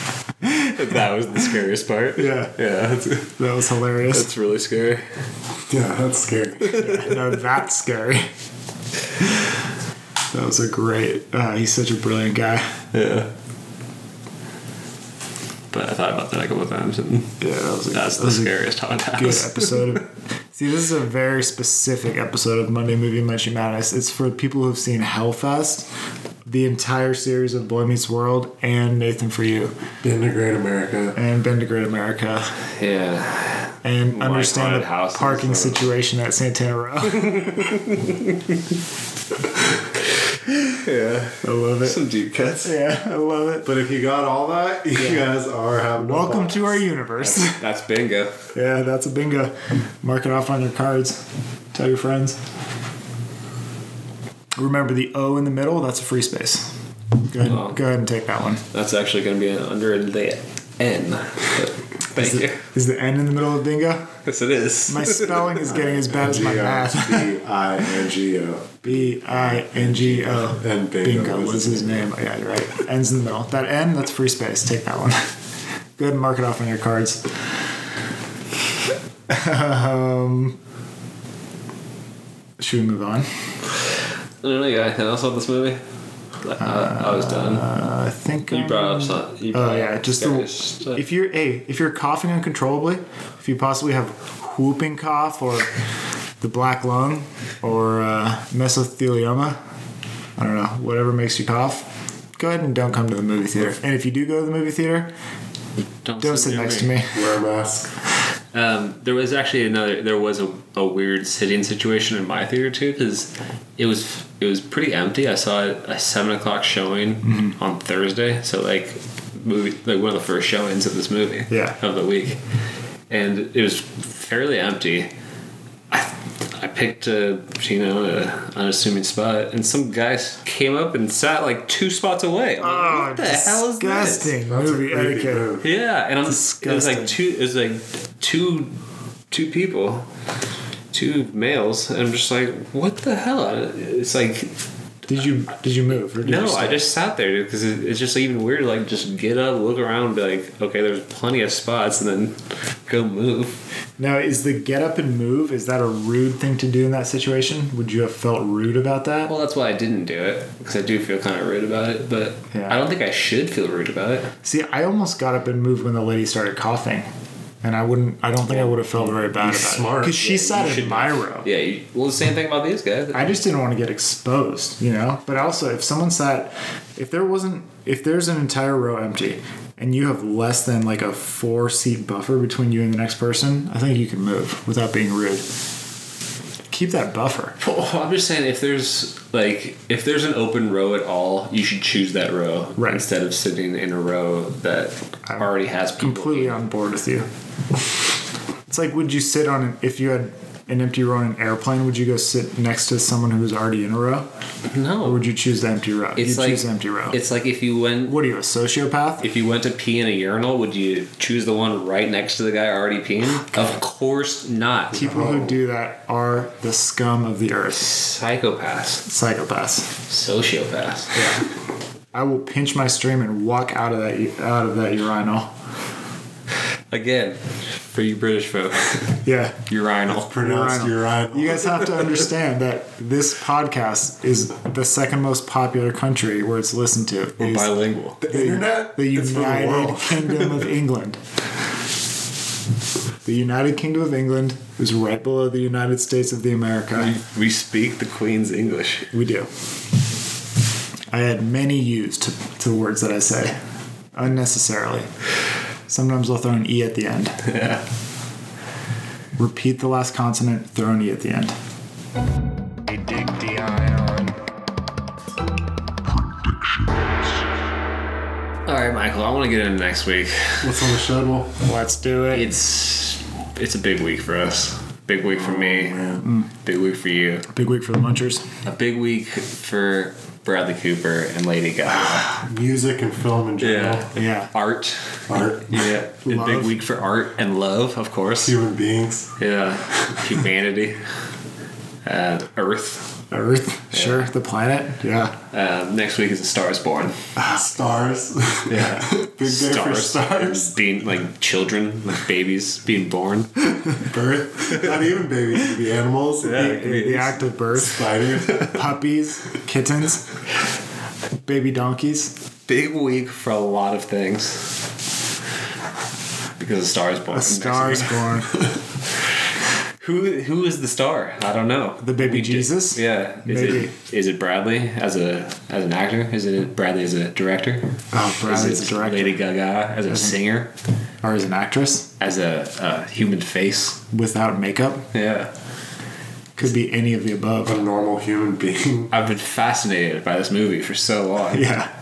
S2: that was the scariest part.
S1: Yeah.
S2: yeah, that's,
S1: that was hilarious.
S2: that's really scary.
S3: yeah, that's scary.
S1: no, that's scary. That was a great. Uh, he's such a brilliant guy.
S2: Yeah. But I thought about that a couple of times, and
S1: Yeah, that was a,
S2: that's
S1: that
S2: the
S1: was a
S2: scariest haunted
S1: good
S2: house.
S1: episode. Of, see, this is a very specific episode of Monday Movie Munchie Madness. It's for people who have seen Hellfest, the entire series of Boy Meets World, and Nathan for You,
S3: Been to Great America.
S1: and Been to Great America,
S2: Yeah.
S1: and understand
S2: haunted
S1: the
S2: houses,
S1: parking
S2: so-
S1: situation at Santana Row. yeah, I love it.
S2: Some deep cuts.
S1: Yeah, I love it.
S3: But if you got all that, you guys are having a
S1: Welcome
S3: ball.
S1: to our universe.
S2: That's bingo.
S1: yeah, that's a bingo. Mark it off on your cards. Tell your friends. Remember the O in the middle, that's a free space. Go ahead,
S2: Oh.
S1: go ahead and take that one.
S2: That's actually going to be an under the N. Thank
S1: Is,
S2: you.
S1: it, is the N in the middle of bingo?
S2: Yes, it is.
S1: My spelling is getting as bad as my math.
S3: G-O-B-I-N-G-O.
S1: B I N G O.
S3: And bingo,
S1: Bingo
S3: was
S1: was his name. Yeah, you're right. N's in the middle. That N, that's free space. Take that one. Go ahead and mark it off on your cards. um, should we move on?
S2: I don't know, you got anything else on this movie? I, I was done.
S1: Uh, I think
S2: You
S1: um,
S2: brought up some. You
S1: Oh
S2: brought
S1: yeah,
S2: up
S1: just
S2: scariest,
S1: the,
S2: uh,
S1: if you're hey, if you're coughing uncontrollably, if you possibly have whooping cough or the black lung or uh, mesothelioma, I don't know, whatever makes you cough, go ahead and don't come to the movie theater. And if you do go to the movie theater, don't sit
S2: near
S1: next to me.
S3: Wear a mask.
S2: Um, there was actually another. There was a, a weird sitting situation in my theater too because it was it was pretty empty. I saw a seven o'clock showing
S1: Mm-hmm.
S2: on Thursday, so like movie like one of the first showings of this movie
S1: Yeah.
S2: of the week, and it was fairly empty. I I picked a you know a unassuming spot, and some guys came up and sat like two spots away. I'm like,
S1: Oh,
S2: what the hell is this?
S1: disgusting
S3: That's a
S1: movie
S3: creepy
S1: etiquette.
S3: move.
S2: Yeah, and I'm, it was
S1: Disgusting.
S2: like two. It was like two, two people, two males. And I'm just like, what the hell? It's like
S1: Did you did you move? Or did you
S2: no, I
S1: stay?
S2: just sat there because it, it's just even weird. Like just get up, look around, be like, okay, there's plenty of spots, and then go move.
S1: Now, is the get up and move? Is that a rude thing to do in that situation? Would you have felt rude about that?
S2: Well, that's why I didn't do it because I do feel kind of rude about it, but
S1: Yeah.
S2: I don't think I should feel rude about it.
S1: See, I almost got up and moved when the lady started coughing, and I wouldn't. I don't think I would have felt very bad about
S3: smart.
S1: because she
S2: Yeah, you
S1: sat in
S2: should
S1: my
S2: not.
S1: row.
S2: Yeah. You, well, the same thing about these guys.
S1: I just didn't want to get exposed, you know. But also, if someone sat, if there wasn't, if there's an entire row empty, and you have less than like a four seat buffer between you and the next person, I think you can move without being rude. Keep that buffer.
S2: Well, I'm just saying if there's like if there's an open row at all, you should choose that row
S1: Right.
S2: instead of sitting in a row that
S1: I'm
S2: already has people.
S1: completely on board with you. It's like, would you sit on if you had an empty row in an airplane, would you go sit next to someone who's already in a row, or
S2: No,
S1: would you choose the empty row?
S2: it's
S1: you
S2: like
S1: choose the empty row.
S2: It's like if you went
S1: what are you, a sociopath?
S2: if you went to pee in a urinal, would you choose the one right next to the guy already peeing? Of course not.
S1: People who do that are the scum of the earth,
S2: Psychopaths,
S1: psychopaths.
S2: sociopaths.
S1: I will pinch my stream and walk out of that out of that urinal.
S2: Again, for you British folk,
S1: Yeah,
S2: urinal.
S3: Pronounced urinal.
S1: You guys have to understand that this podcast is the second most popular country where it's listened to.
S2: We're
S1: Is
S2: bilingual.
S3: the internet?
S1: the
S3: It's for the
S1: United
S3: world.
S1: Kingdom of England. The United Kingdom of England is right below the United States of the America.
S2: We speak the Queen's English.
S1: We do. I add many U's to, to the words that I say unnecessarily. Sometimes I'll throw an E at the end. Repeat the last consonant, throw an E at the end.
S2: All right, Michael, I want to get in next week.
S3: What's on the schedule?
S1: Let's do it.
S2: It's it's a big week for us. Big week for me. Big week for you.
S1: Big week for the Munchers.
S2: Oh, A big week for Bradley Cooper and Lady Gaga.
S3: Music and film in general.
S1: Yeah.
S2: Art.
S3: Art.
S2: Yeah. A big
S1: Love.
S2: week for art and love, of course.
S3: Human beings.
S2: Yeah. Humanity. Uh, Earth.
S1: Earth, sure. The planet, yeah.
S2: Uh, next week is A Star is Born.
S3: Stars.
S2: Yeah.
S3: Big day for stars.
S2: Being like children, like babies being born.
S3: Birth. Not even babies. Could be animals.
S1: The, the act of birth,
S3: Spiders.
S1: puppies, kittens, baby donkeys,
S2: big week for a lot of things. Because a star is born.
S1: a star is born,
S2: Who who is the star? I don't know.
S1: the baby
S2: We did-
S1: Jesus.
S2: yeah. Is
S1: Maybe.
S2: it is it Bradley as a as an actor? Is it Bradley as a director?
S1: Oh, Bradley's
S2: is
S1: a
S2: it
S1: director. Mm-hmm.
S2: Lady Gaga as a singer?
S1: Or as an actress
S2: As a, a human face?
S1: without makeup.
S2: Yeah.
S1: Could be any of the
S3: A
S1: above.
S3: normal human being.
S2: I've been fascinated by this movie for so long.
S1: Yeah.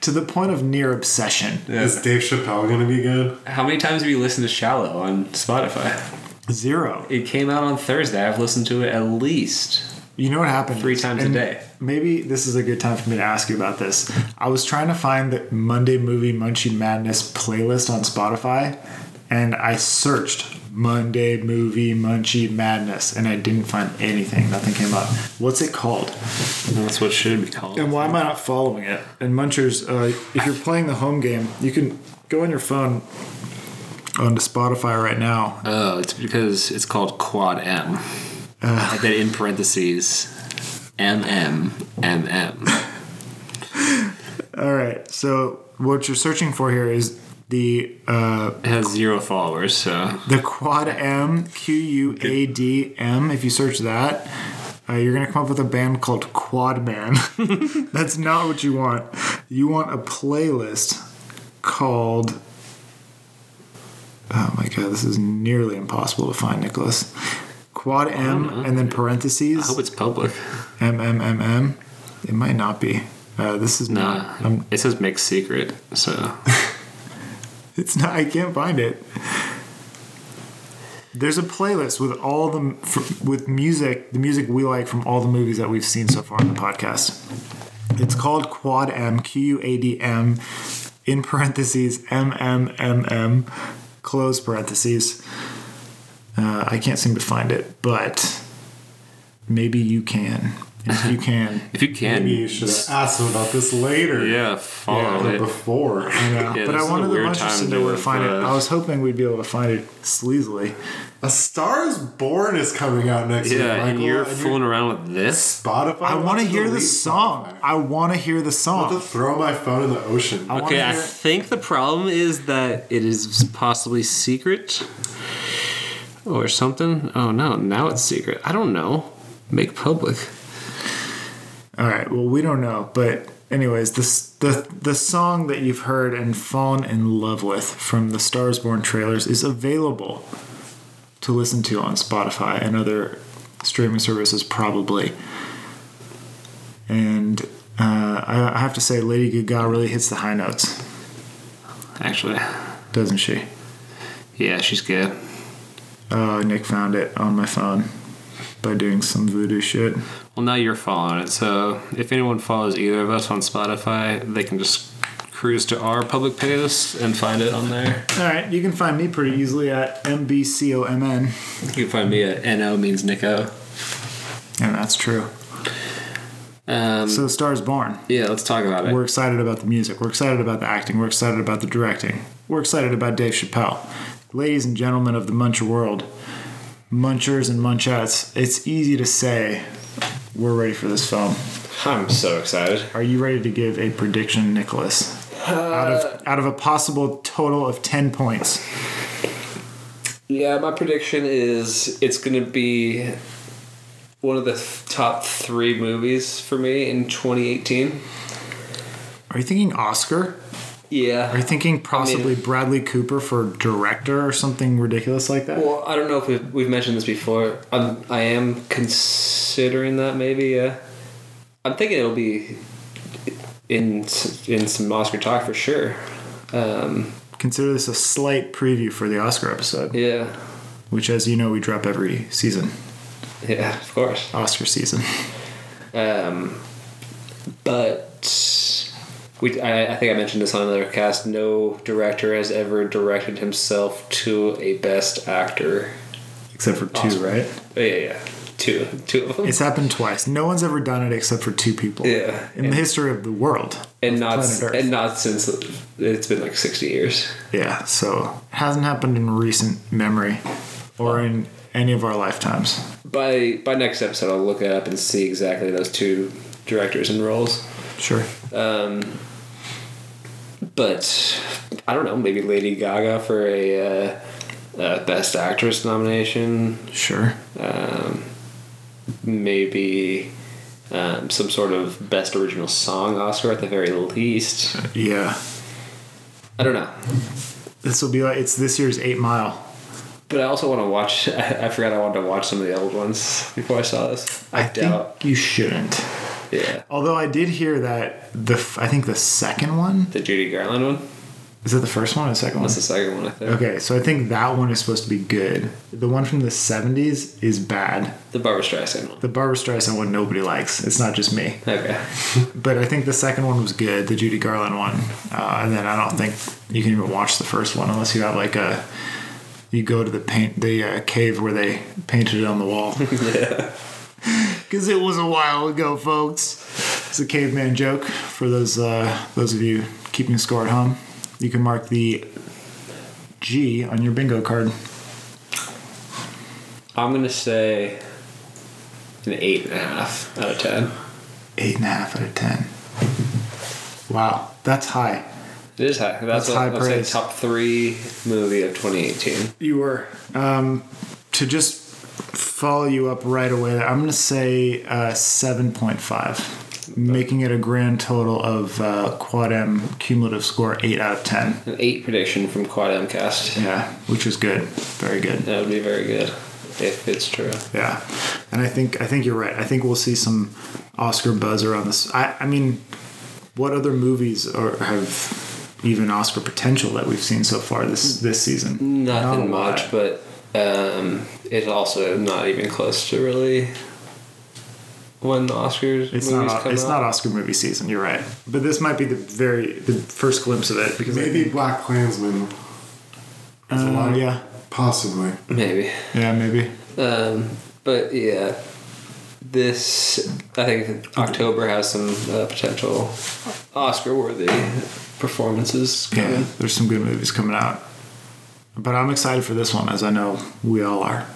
S1: To the point of near obsession.
S3: Is Dave Chappelle gonna be good?
S2: How many times have you listened to Shallow on Spotify?
S1: Zero.
S2: It came out on Thursday. I've listened to it at least
S1: You know what happened?
S2: Three times a
S1: And
S2: day.
S1: Maybe this is a good time for me to ask you about this. I was trying to find the Monday Movie Munchie Madness playlist on Spotify, and I searched Monday Movie Munchie Madness, and I didn't find anything. Nothing came up. What's it called?
S2: That's what it should be called.
S1: And why am I not following it? And Munchers, uh, if you're playing the home game, you can go on your phone onto Spotify right now.
S2: Oh, it's because it's called Quad M. I did in parentheses MM MM.
S1: All right, so what you're searching for here is the uh,
S2: It has zero followers, so
S1: The Quad M, Q U A D M. If you search that, uh, you're gonna come up with a band called Quad Man. That's not what you want. You want a playlist called. Oh my god, this is nearly impossible to find, Nicholas. Quad M and then parentheses
S2: Uh-huh. I hope it's public.
S1: M M M M. It might not be. Uh, this is not.
S2: Nah,
S1: I'm,
S2: it says mixed secret, so
S1: It's not. I can't find it. There's a playlist with all the f with music, the music we like from all the movies that we've seen so far on the podcast. It's called Quad M Q U A D M in parentheses M M M M close parentheses. Uh, I can't seem to find it, but maybe you can. If you can,
S2: if you can,
S3: Maybe you should have asked him about this later.
S2: yeah,
S3: Or
S2: follow it.
S3: before.
S1: I know. but
S2: Yeah, this
S1: I
S2: is a
S1: wanted the
S2: weird
S1: bunches
S2: time
S1: to
S2: to
S1: know where
S2: do
S1: to
S2: it
S1: find it.
S2: for us.
S1: I was hoping we'd be able to find it sleazily.
S3: A Star is Born is coming out next week,
S2: Yeah,
S3: Michael.
S2: and you're
S3: and
S2: fooling around with this.
S3: Spotify.
S1: I want to hear the
S3: delete
S1: song.
S3: Spotify.
S1: I want to hear the
S3: I want
S1: song.
S3: to throw my phone in the ocean.
S1: I wanna
S2: Okay, I
S1: hear-
S2: think the problem is that it is possibly secret or something. Oh no, now it's secret. I don't know. Make public.
S1: All right. Well, we don't know, but anyways, this the the song that you've heard and fallen in love with from the Stars Born trailers is available to listen to on Spotify and other streaming services, probably. And uh, I, I have to say, Lady Gaga really hits the high notes,
S2: Actually,
S1: doesn't she?
S2: yeah, she's good.
S1: Uh, Nick found it on my phone by doing some voodoo shit.
S2: Well, now you're following it. So if anyone follows either of us on Spotify, they can just cruise to our public playlist and find it on there.
S1: All right, you can find me pretty easily at MBCOMN.
S6: You can find me at NO means Nico.
S1: And that's true.
S6: Um,
S1: So, Stars Born.
S6: yeah, let's talk about it.
S1: We're excited about the music. We're excited about the acting. We're excited about the directing. We're excited about Dave Chappelle. Ladies and gentlemen of the Muncher world, Munchers and Munchettes, it's easy to say we're ready for this film.
S2: I'm so excited.
S1: Are you ready to give a prediction, Nicholas? out of out of a possible total of ten points.
S2: Yeah, my prediction is it's going to be one of the th- top three movies for me in 2018.
S1: Are you thinking Oscar? Are
S2: Yeah.
S1: you thinking possibly Bradley Cooper for director or something ridiculous like that?
S2: Well, I don't know if we've, we've mentioned this before. I'm, I am considering that maybe. Yeah. I'm thinking it'll be in s- in some Oscar talk for sure. Um,
S1: Consider this a slight preview for the Oscar episode,
S2: yeah.
S1: which, as you know, we drop every season,
S2: Yeah, of course.
S1: Oscar season.
S2: Um, but we, I, I think I mentioned this on another cast. No director has ever directed himself to a Best Actor.
S1: Except for two,
S2: Oscar.
S1: right?
S2: Oh, yeah, yeah, two, two of them,
S1: It's happened twice. No one's ever done it except for two people.
S2: Yeah.
S1: In the history of the world.
S2: and
S1: of
S2: not
S1: planet Earth.
S2: and not since it's been like sixty years.
S1: Yeah, so it hasn't happened in recent memory or in any of our lifetimes.
S2: By by next episode, I'll look it up and see exactly those two directors and roles.
S1: Sure.
S2: Um, but I don't know, maybe Lady Gaga for a uh, uh, Best Actress nomination.
S1: Sure.
S2: um, maybe um, some sort of best original song Oscar at the very least.
S1: Yeah.
S2: I don't know.
S1: This will be like it's this year's Eight Mile.
S2: But I also want to watch. I, I forgot I wanted to watch some of the old ones before I saw this. I,
S1: I
S2: doubt.
S1: think you shouldn't.
S2: Yeah,
S1: Although I did hear that the f- I think the second one
S2: the Judy Garland one.
S1: is that the first one or the second one?
S2: That's the second one. I think
S1: Okay, so I think that one is supposed to be good. The one from the '70s is bad.
S2: the Barbara Streisand one.
S1: The Barbara Streisand one nobody likes. It's not just me.
S2: Okay.
S1: But I think the second one was good, the Judy Garland one. Uh, and then I don't think you can even watch the first one unless you have like a. You go to the paint the uh, cave where they painted it on the wall. Because it was a while ago, folks. It's a caveman joke for those uh, those of you keeping score at home. You can mark the G on your bingo card.
S2: I'm gonna say an eight and a half out of ten.
S1: Eight and a half out of ten. Wow, that's high.
S2: It is high. That's,
S1: That's
S2: what
S1: high
S2: I would say
S1: praise.
S2: top three movie of 2018.
S1: You were. Um, to just follow you up right away, I'm going to say uh, 7.5, making it a grand total of uh, quad M cumulative score 8 out of 10.
S2: An eight prediction from Quad M Cast.
S1: Yeah, which was good. Very good.
S2: That would be very good if it's true.
S1: Yeah. And I think I think you're right. I think we'll see some Oscar buzz around this. I, I mean, what other movies are, have even Oscar potential that we've seen so far this this season? Not a
S2: Nothing
S1: lot.
S2: much, but um, it's also not even close to really when the Oscars
S1: It's
S2: movies
S1: not.
S2: come
S1: It's not
S2: out.
S1: Oscar movie season. You're right, but this might be the very the first glimpse of it because
S3: Maybe Black Klansman.
S1: I, uh,
S3: lot.
S1: yeah,
S3: Possibly.
S2: maybe.
S1: yeah, maybe.
S2: Um, but yeah, this I think October has some uh, potential Oscar-worthy performances.
S1: Yeah,
S2: coming.
S1: there's some good movies coming out, but I'm excited for this one, as I know we all are.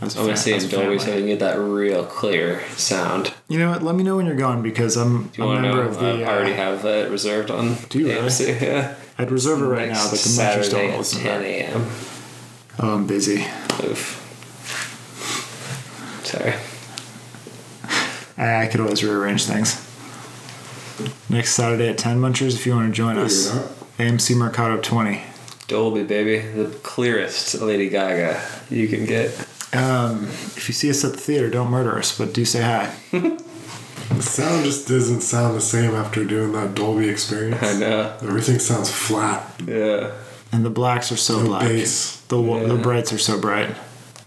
S1: As
S2: I'm gonna
S1: fa-
S2: say
S1: as
S2: in Dolby so
S1: family.
S2: you can get that real clear sound.
S1: You know what? Let me know when you're going because I'm
S2: Do
S1: a
S2: you want to
S1: member
S2: know?
S1: of the.
S2: I already
S1: uh,
S2: have that reserved on
S1: Do you really?
S2: AMC. Yeah.
S1: I'd reserve it right now, but the Munchers
S2: Saturday
S1: don't
S2: at
S1: listen. to
S2: 10
S1: that.
S2: a.m.
S1: Oh, I'm busy.
S2: Oof. Sorry.
S1: I, I could always rearrange things. Next Saturday at 10 Munchers, if you want to join us,
S3: Figure it out.
S1: AMC Mercado 20.
S2: Dolby, baby. The clearest Lady Gaga you can get.
S1: Um, if you see us at the theater, don't murder us, but do say hi.
S3: The sound just doesn't sound the same after doing that Dolby experience.
S2: I know.
S3: Everything sounds flat.
S2: Yeah.
S1: And the blacks are so
S3: No
S1: black.
S3: bass.
S1: The wa- the
S2: Yeah.
S1: brights are so bright.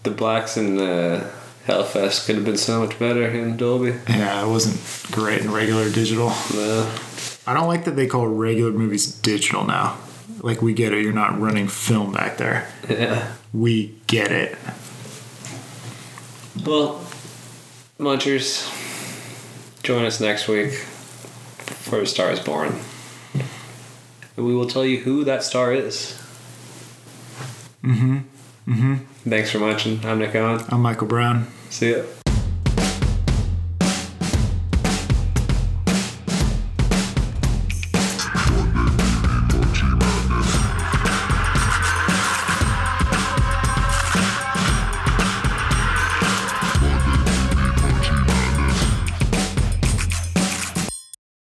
S2: The blacks in uh, Hellfest could have been so much better in Dolby.
S1: Yeah, it wasn't great in regular digital.
S2: No.
S1: I don't like that they call regular movies digital now. Like we get it, you're not running film back there.
S2: Yeah.
S1: We get it.
S2: Well, Munchers, join us next week for A Star is Born. And we will tell you who that star is. Mm-hmm. Mm-hmm. Thanks for watching. I'm Nick Owen.
S1: I'm Michael Brown.
S2: See ya.